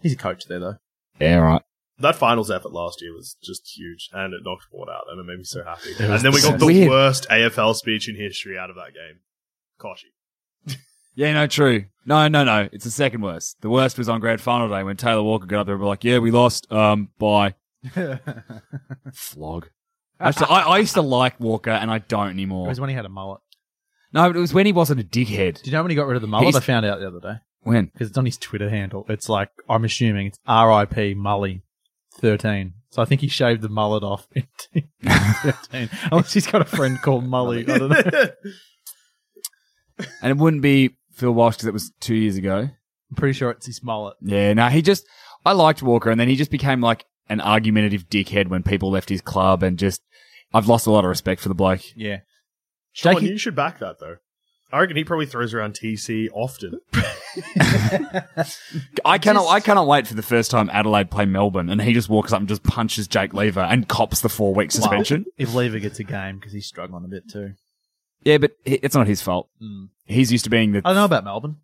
Speaker 3: he's a coach there though.
Speaker 4: Yeah, right.
Speaker 5: That finals effort last year was just huge, and it knocked Ward out, and it made me so happy.
Speaker 4: was
Speaker 5: And then we got the
Speaker 4: weird.
Speaker 5: worst AFL speech in history out of that game. Koshi.
Speaker 4: Yeah, no, true. No, no, no. It's the second worst. The worst was on grand final day when Taylor Walker got up there and were like, "Yeah, we lost. Um, bye." Flog. Actually, I, I used to like Walker, and I don't
Speaker 3: It
Speaker 4: anymore.
Speaker 3: was when he had a mullet.
Speaker 4: No, but it was when he wasn't a dickhead.
Speaker 3: Do you know when he got rid of the mullet?
Speaker 4: He's-
Speaker 3: I found out the other day
Speaker 4: When?
Speaker 3: because it's on his Twitter handle. It's like I'm assuming it's R.I.P. Mully thirteen. So I think he shaved the mullet off in 2013. Unless he's got a friend called Mully. I don't know.
Speaker 4: And it wouldn't be Phil Walsh because it was two years ago.
Speaker 3: I'm pretty sure it's his mullet.
Speaker 4: Yeah, no, he just I liked Walker and then he just became like an argumentative dickhead when people left his club and just I've lost a lot of respect for the bloke.
Speaker 3: Yeah.
Speaker 5: Sean,
Speaker 3: Jakey-
Speaker 5: you should back that though. I reckon he probably throws around TC often.
Speaker 4: I cannot I cannot wait for the first time Adelaide play Melbourne and he just walks up and just punches Jake Lever and cops the four week suspension.
Speaker 3: If Lever gets a game because he's struggling a bit too.
Speaker 4: Yeah, but Hmm. he- it's not his fault. He's used to being the
Speaker 3: I don't know about Melbourne.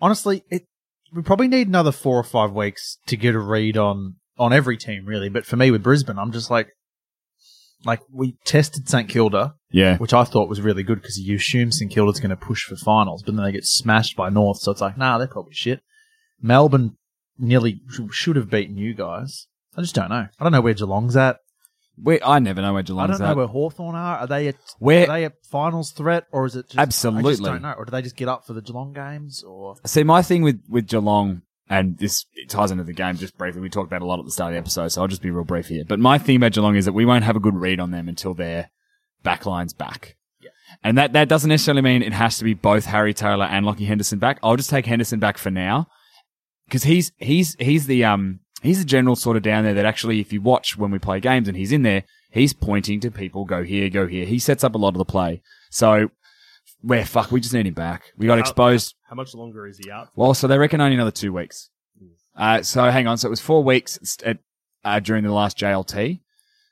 Speaker 3: Honestly, it we probably need another four or five weeks to get a read on on every team really. But for me with Brisbane, I'm just like, like we tested St Kilda,
Speaker 4: Yeah.
Speaker 3: which I thought was really good because you assume St Kilda's going to push for finals, but then they get smashed by North, so it's like, nah, they're probably shit. Melbourne nearly sh- should have beaten you guys. I just don't know. I don't know where Geelong's at.
Speaker 4: We, I never know where
Speaker 3: I
Speaker 4: Geelong's
Speaker 3: don't know
Speaker 4: at.
Speaker 3: where Hawthorn are. Are they a
Speaker 4: Where-
Speaker 3: are they a finals threat or is it just, I just
Speaker 4: Absolutely.
Speaker 3: don't know. Or do they just get up for the Geelong games or
Speaker 4: See, my thing with, with Geelong, and this it ties into the game just briefly. We talked about it a lot at the start of the episode, so I'll just be real brief here. But my thing about Geelong is that we won't have a good read on them until their back line's back. And that, that doesn't necessarily mean it has to be both Harry Taylor and Lockie Henderson back. I'll just take Henderson back for now because he's he's he's the um he's the general sort of down there that actually, if you watch when we play games and he's in there, he's pointing to people, go here, go here. He sets up a lot of the play. So we're fuck. We just need him back. We got
Speaker 5: How-
Speaker 4: exposed.
Speaker 5: How much longer is he out?
Speaker 4: Well, so they reckon only another two weeks. Uh, so hang on. So it was four weeks st- at, uh, during the last JLT.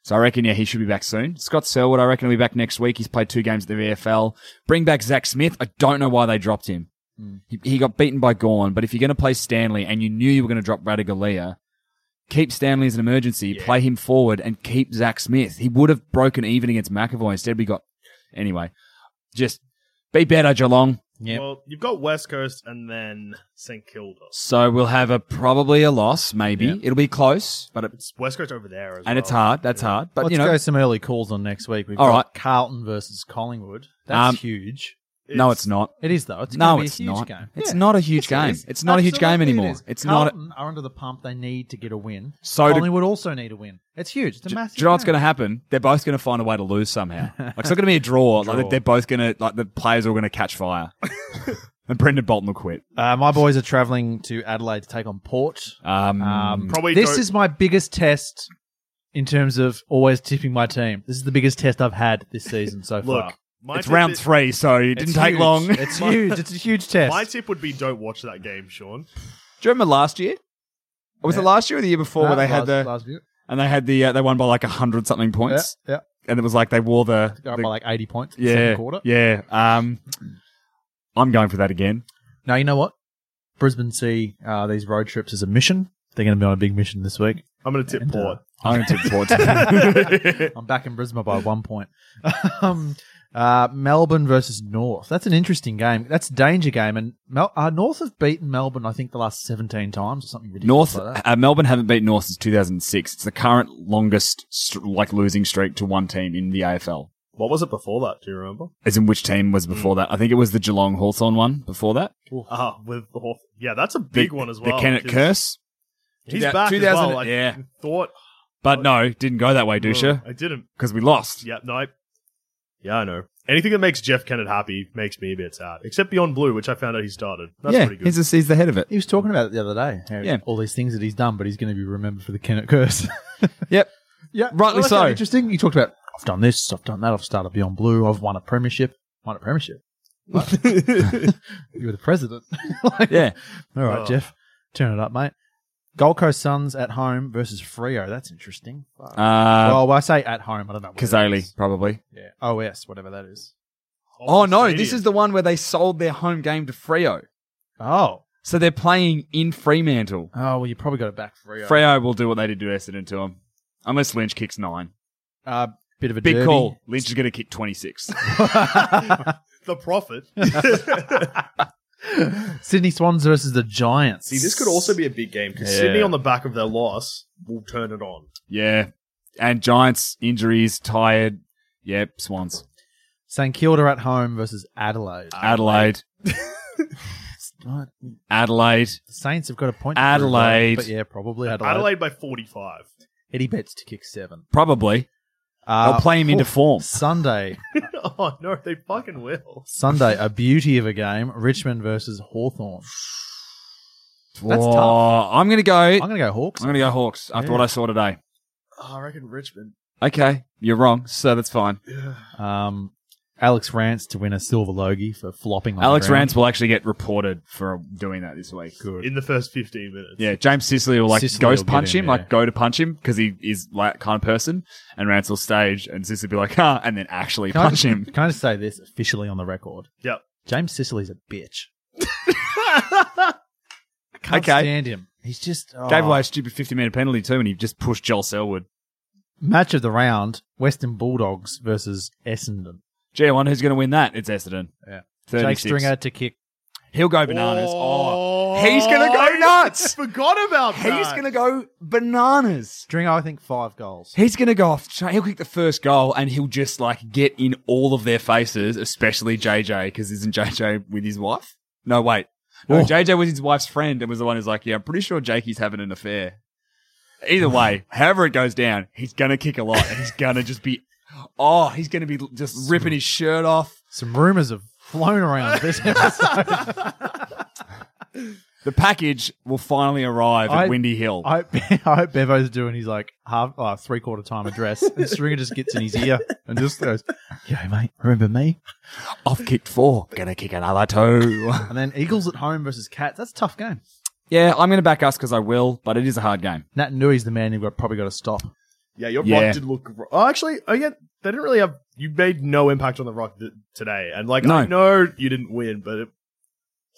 Speaker 4: So I reckon, yeah, he should be back soon. Scott Selwood, I reckon, will be back next week. He's played two games at the VFL. Bring back Zach Smith. I don't know why they dropped him. He, he got beaten by Gorn, but if you're going to play Stanley and you knew you were going to drop Radigalia, keep Stanley as an emergency, play him forward, and keep Zach Smith. He would have broken even against McAvoy. Instead, we got. Anyway, just be better, Geelong.
Speaker 3: Yep.
Speaker 5: Well, you've got West Coast and then St Kilda.
Speaker 4: So we'll have a probably a loss, maybe.
Speaker 3: Yeah.
Speaker 4: It'll be close, but it,
Speaker 5: It's West Coast over there, as
Speaker 4: and
Speaker 5: well.
Speaker 4: it's hard. That's hard. But
Speaker 3: Let's
Speaker 4: you know,
Speaker 3: go some early calls on next week. We've
Speaker 4: All
Speaker 3: got
Speaker 4: right.
Speaker 3: Carlton versus Collingwood. That's
Speaker 4: Um,
Speaker 3: huge.
Speaker 4: no, it's not.
Speaker 3: It is though. It's
Speaker 4: no,
Speaker 3: gonna be
Speaker 4: it's
Speaker 3: a huge
Speaker 4: not.
Speaker 3: game.
Speaker 4: It's
Speaker 3: Yeah.
Speaker 4: not a huge
Speaker 3: Yes, it
Speaker 4: game.
Speaker 3: is.
Speaker 4: It's not a huge game
Speaker 3: Absolutely it
Speaker 4: anymore.
Speaker 3: is.
Speaker 4: it's not.
Speaker 3: Carlton are under the pump. They need to get a win.
Speaker 4: So to-
Speaker 3: Collingwood also need a win. It's huge. It's a
Speaker 4: Do
Speaker 3: massive.
Speaker 4: you know what's
Speaker 3: game.
Speaker 4: going to happen? They're both going to find a way to lose somehow. Like, it's not going to be a draw. Like, they're both going to like the players are going to catch fire, and Brendan Bolton will quit.
Speaker 3: Uh, my boys are travelling to Adelaide to take on Port.
Speaker 4: Um,
Speaker 3: Um,
Speaker 5: Probably
Speaker 3: this
Speaker 5: don't-
Speaker 3: is my biggest test in terms of always tipping my team. This is the biggest test I've had this season so
Speaker 5: Look,
Speaker 3: far.
Speaker 5: my
Speaker 4: it's
Speaker 5: tip
Speaker 4: round
Speaker 5: is-
Speaker 4: three, so it didn't
Speaker 3: It's
Speaker 4: take
Speaker 3: huge.
Speaker 4: long. Do you
Speaker 3: It's huge. It's a huge test.
Speaker 5: My tip would be don't watch that game, Sean.
Speaker 4: remember last year? Or was it last year or the year before
Speaker 3: Uh,
Speaker 4: where they had
Speaker 3: last-
Speaker 4: the
Speaker 3: last view.
Speaker 4: and they had the uh, they won by like hundred something
Speaker 3: Yeah,
Speaker 4: points,
Speaker 3: yeah.
Speaker 4: and it was like they wore the,
Speaker 3: Got up
Speaker 4: the
Speaker 3: by like eighty points. in the
Speaker 4: yeah,
Speaker 3: second quarter.
Speaker 4: Yeah. Um, I'm going for that again.
Speaker 3: Now you know what? Brisbane see uh, these road trips as a mission. They're going to be on a big mission this week.
Speaker 5: I'm going to tip
Speaker 3: And, uh,
Speaker 5: Port.
Speaker 4: I'm going to tip Port. I
Speaker 3: I'm back in Brisbane by one point. um, uh, Melbourne versus North. That's an interesting game. That's a danger game. And Mel- uh, North have beaten Melbourne, I think, the last 17 times or something ridiculous.
Speaker 4: North
Speaker 3: like that.
Speaker 4: uh, Melbourne haven't beat North since 2006. It's the current longest st- like losing streak to one team in the AFL.
Speaker 5: What was it before that? Do you remember?
Speaker 4: As in which team was
Speaker 3: Hmm.
Speaker 4: before that? I think it was the Geelong Hawthorn one before that.
Speaker 5: Ah, with the Hawth- yeah, that's a big
Speaker 4: The-
Speaker 5: one as well.
Speaker 4: The Kennett
Speaker 5: 'cause
Speaker 4: curse.
Speaker 5: He's
Speaker 4: Yeah,
Speaker 5: back as
Speaker 4: 2000
Speaker 5: well. I
Speaker 4: yeah.
Speaker 5: thought. uh,
Speaker 4: But no, didn't go that way, Dusha,
Speaker 5: I didn't.
Speaker 4: because we lost.
Speaker 5: Yeah, no. I, yeah, I know. Anything that makes Jeff Kennett happy makes me a bit sad. Except Beyond Blue, which I found out he started. That's
Speaker 4: yeah,
Speaker 5: pretty good.
Speaker 4: he's, just- he's the head of it.
Speaker 3: He was talking about it the other day. how
Speaker 4: Yeah.
Speaker 3: All these things that he's done, but he's going to be remembered for the Kennett curse.
Speaker 4: Yep.
Speaker 3: yeah.
Speaker 4: Rightly
Speaker 3: Well, that's kind of
Speaker 4: so.
Speaker 3: Interesting. He talked about, I've done this, I've done that, I've started Beyond Blue, I've won a premiership. Won a premiership. you were the president. Like,
Speaker 4: Yeah.
Speaker 3: All right,
Speaker 5: Oh.
Speaker 3: Jeff. Turn it up, mate. Gold Coast Suns at home versus Frio. That's interesting. Fuck.
Speaker 4: Uh,
Speaker 3: well, well, I say at home. I don't know. what it
Speaker 4: Kazali,
Speaker 3: is.
Speaker 4: probably.
Speaker 3: Yeah. OS, whatever that is.
Speaker 4: Oh, no, this is the one where they sold their home game to Freo.
Speaker 3: Oh.
Speaker 4: So they're playing in Fremantle.
Speaker 3: Oh, well, you probably got it back Frio.
Speaker 4: Freo will do what they did to Essendon to him. Unless Lynch kicks nine.
Speaker 3: Uh, bit of a
Speaker 4: Big
Speaker 3: derby.
Speaker 4: call. Lynch is going to kick 26.
Speaker 5: the profit.
Speaker 3: Sydney Swans versus the Giants.
Speaker 5: See, this could also be a big game because
Speaker 4: Yeah.
Speaker 5: Sydney, on the back of their loss, will turn it on.
Speaker 4: yeah. And Giants, injuries, tired. Yep, Swans.
Speaker 3: St Kilda at home versus Adelaide.
Speaker 4: Adelaide.
Speaker 3: Right.
Speaker 4: Adelaide.
Speaker 3: The Saints have got a point. to
Speaker 4: Adelaide.
Speaker 3: prove, But yeah, probably Adelaide.
Speaker 5: Adelaide by 45.
Speaker 3: Eddie Betts to kick seven.
Speaker 4: Probably.
Speaker 3: Uh,
Speaker 4: They'll play him into form.
Speaker 3: Sunday.
Speaker 5: oh, no, they fucking will.
Speaker 3: Sunday, a beauty of a game. Richmond versus Hawthorn. That's
Speaker 4: Whoa,
Speaker 3: tough.
Speaker 4: I'm going to go. I'm
Speaker 3: I'm going to go Hawks.
Speaker 4: going to go Hawks after
Speaker 3: Yeah.
Speaker 4: what I saw today.
Speaker 5: Oh, I reckon Richmond.
Speaker 4: Okay, you're wrong. So that's fine.
Speaker 3: Um, Alex Rance to win a silver logie for flopping. On
Speaker 4: Alex
Speaker 3: the ground.
Speaker 4: Rance will actually get reported for doing that this week.
Speaker 3: Good.
Speaker 5: In the first 15 minutes.
Speaker 4: Yeah, James Sicily will like
Speaker 3: Sicily
Speaker 4: ghost
Speaker 3: will get
Speaker 4: punch
Speaker 3: him,
Speaker 4: him,
Speaker 3: yeah.
Speaker 4: like go to punch him because he is like kind of person, and Rance will stage, and Sicily will be like, huh, and then actually
Speaker 3: Can I
Speaker 4: punch
Speaker 3: just-
Speaker 4: him.
Speaker 3: Can I just say this officially on the record?
Speaker 5: Yep.
Speaker 3: James Sicily's a bitch. I can't
Speaker 4: Okay.
Speaker 3: stand him. He's just oh.
Speaker 4: Gave away a stupid 50 minute penalty too, and he just pushed Joel Selwood.
Speaker 3: Match of the round: Western Bulldogs versus Essendon.
Speaker 4: Gee, I wonder who's going to win that. It's Essendon.
Speaker 3: Yeah. Jake
Speaker 4: 36.
Speaker 3: Stringer to kick.
Speaker 4: He'll go bananas. Oh, he's going to go nuts.
Speaker 5: Forgot about that.
Speaker 4: He's going to go bananas.
Speaker 3: Stringer, I think five goals.
Speaker 4: He's going to go off. He'll kick the first goal and he'll just like get in all of their faces, especially JJ, because isn't JJ with his wife? No, wait. No,
Speaker 3: Oh.
Speaker 4: JJ was his wife's friend and was the one who's like, yeah, I'm pretty sure Jakey's having an affair. Either way, however it goes down, he's going to kick a lot and he's going to just be, oh, he's going to be just ripping his shirt off.
Speaker 3: Some rumours have flown around this episode.
Speaker 4: The package will finally arrive
Speaker 3: I-
Speaker 4: at Windy Hill.
Speaker 3: I hope, I hope Bevo's doing his like half uh, three quarter time address, and Stringer just gets in his ear and just goes, "Yo, mate, remember me?"
Speaker 4: I've kicked four, gonna kick another two.
Speaker 3: And then Eagles at home versus Cats. That's a tough game.
Speaker 4: yeah, I'm gonna back us because I will, but it is a hard game.
Speaker 3: Nat Nui's the man you've got, probably got to stop.
Speaker 5: Yeah, your
Speaker 4: Yeah.
Speaker 5: rock did look. gr- Oh, actually, oh yeah, they didn't really have. You made no impact on the rock th- today, and like
Speaker 4: No.
Speaker 5: I know you didn't win, but it,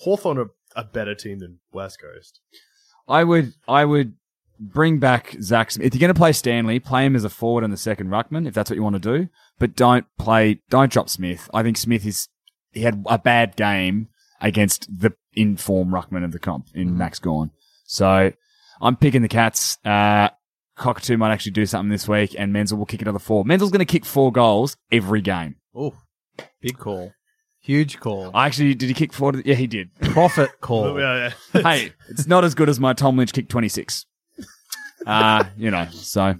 Speaker 5: Hawthorne are a better team than West Coast.
Speaker 4: I would, I would bring back Zach. Smith. If you're gonna play Stanley, play him as a forward and the second ruckman if that's what you want to do. But don't play, don't drop Smith. I think Smith is he had a bad game against the inform ruckman of the comp in Max Gorn. So I'm picking the Cats. Uh, Cockatoo might actually do something this week, and Menzel will kick another four. Menzel's gonna kick four goals every game.
Speaker 3: Oh, big call, huge call,
Speaker 4: I actually did he kick four? Yeah, he did.
Speaker 3: profit
Speaker 4: Oh.
Speaker 3: call.
Speaker 5: Yeah, yeah.
Speaker 4: hey, it's not as good as my Tom Lynch kick twenty six. Uh, you know, so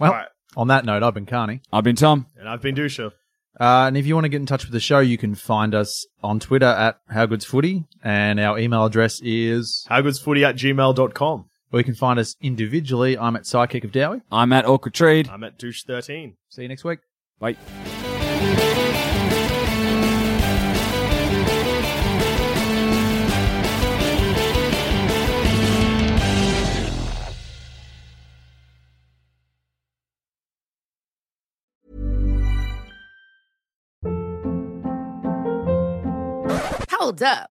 Speaker 3: Well,
Speaker 5: All right.
Speaker 3: on that note, I've been Carney.
Speaker 4: I've been Tom.
Speaker 5: and I've been Dusha.
Speaker 3: Uh, and if you want to get in touch with the show, you can find us on Twitter at HowGoodsFooty, and our email address is,
Speaker 5: Howgoodsfooty at gmail.com.
Speaker 3: or you can find us individually. I'm at Psychic of Dowie.
Speaker 4: I'm at Awkward Trade.
Speaker 5: I'm at douche13.
Speaker 3: See you next week.
Speaker 4: Bye.
Speaker 2: Hold up.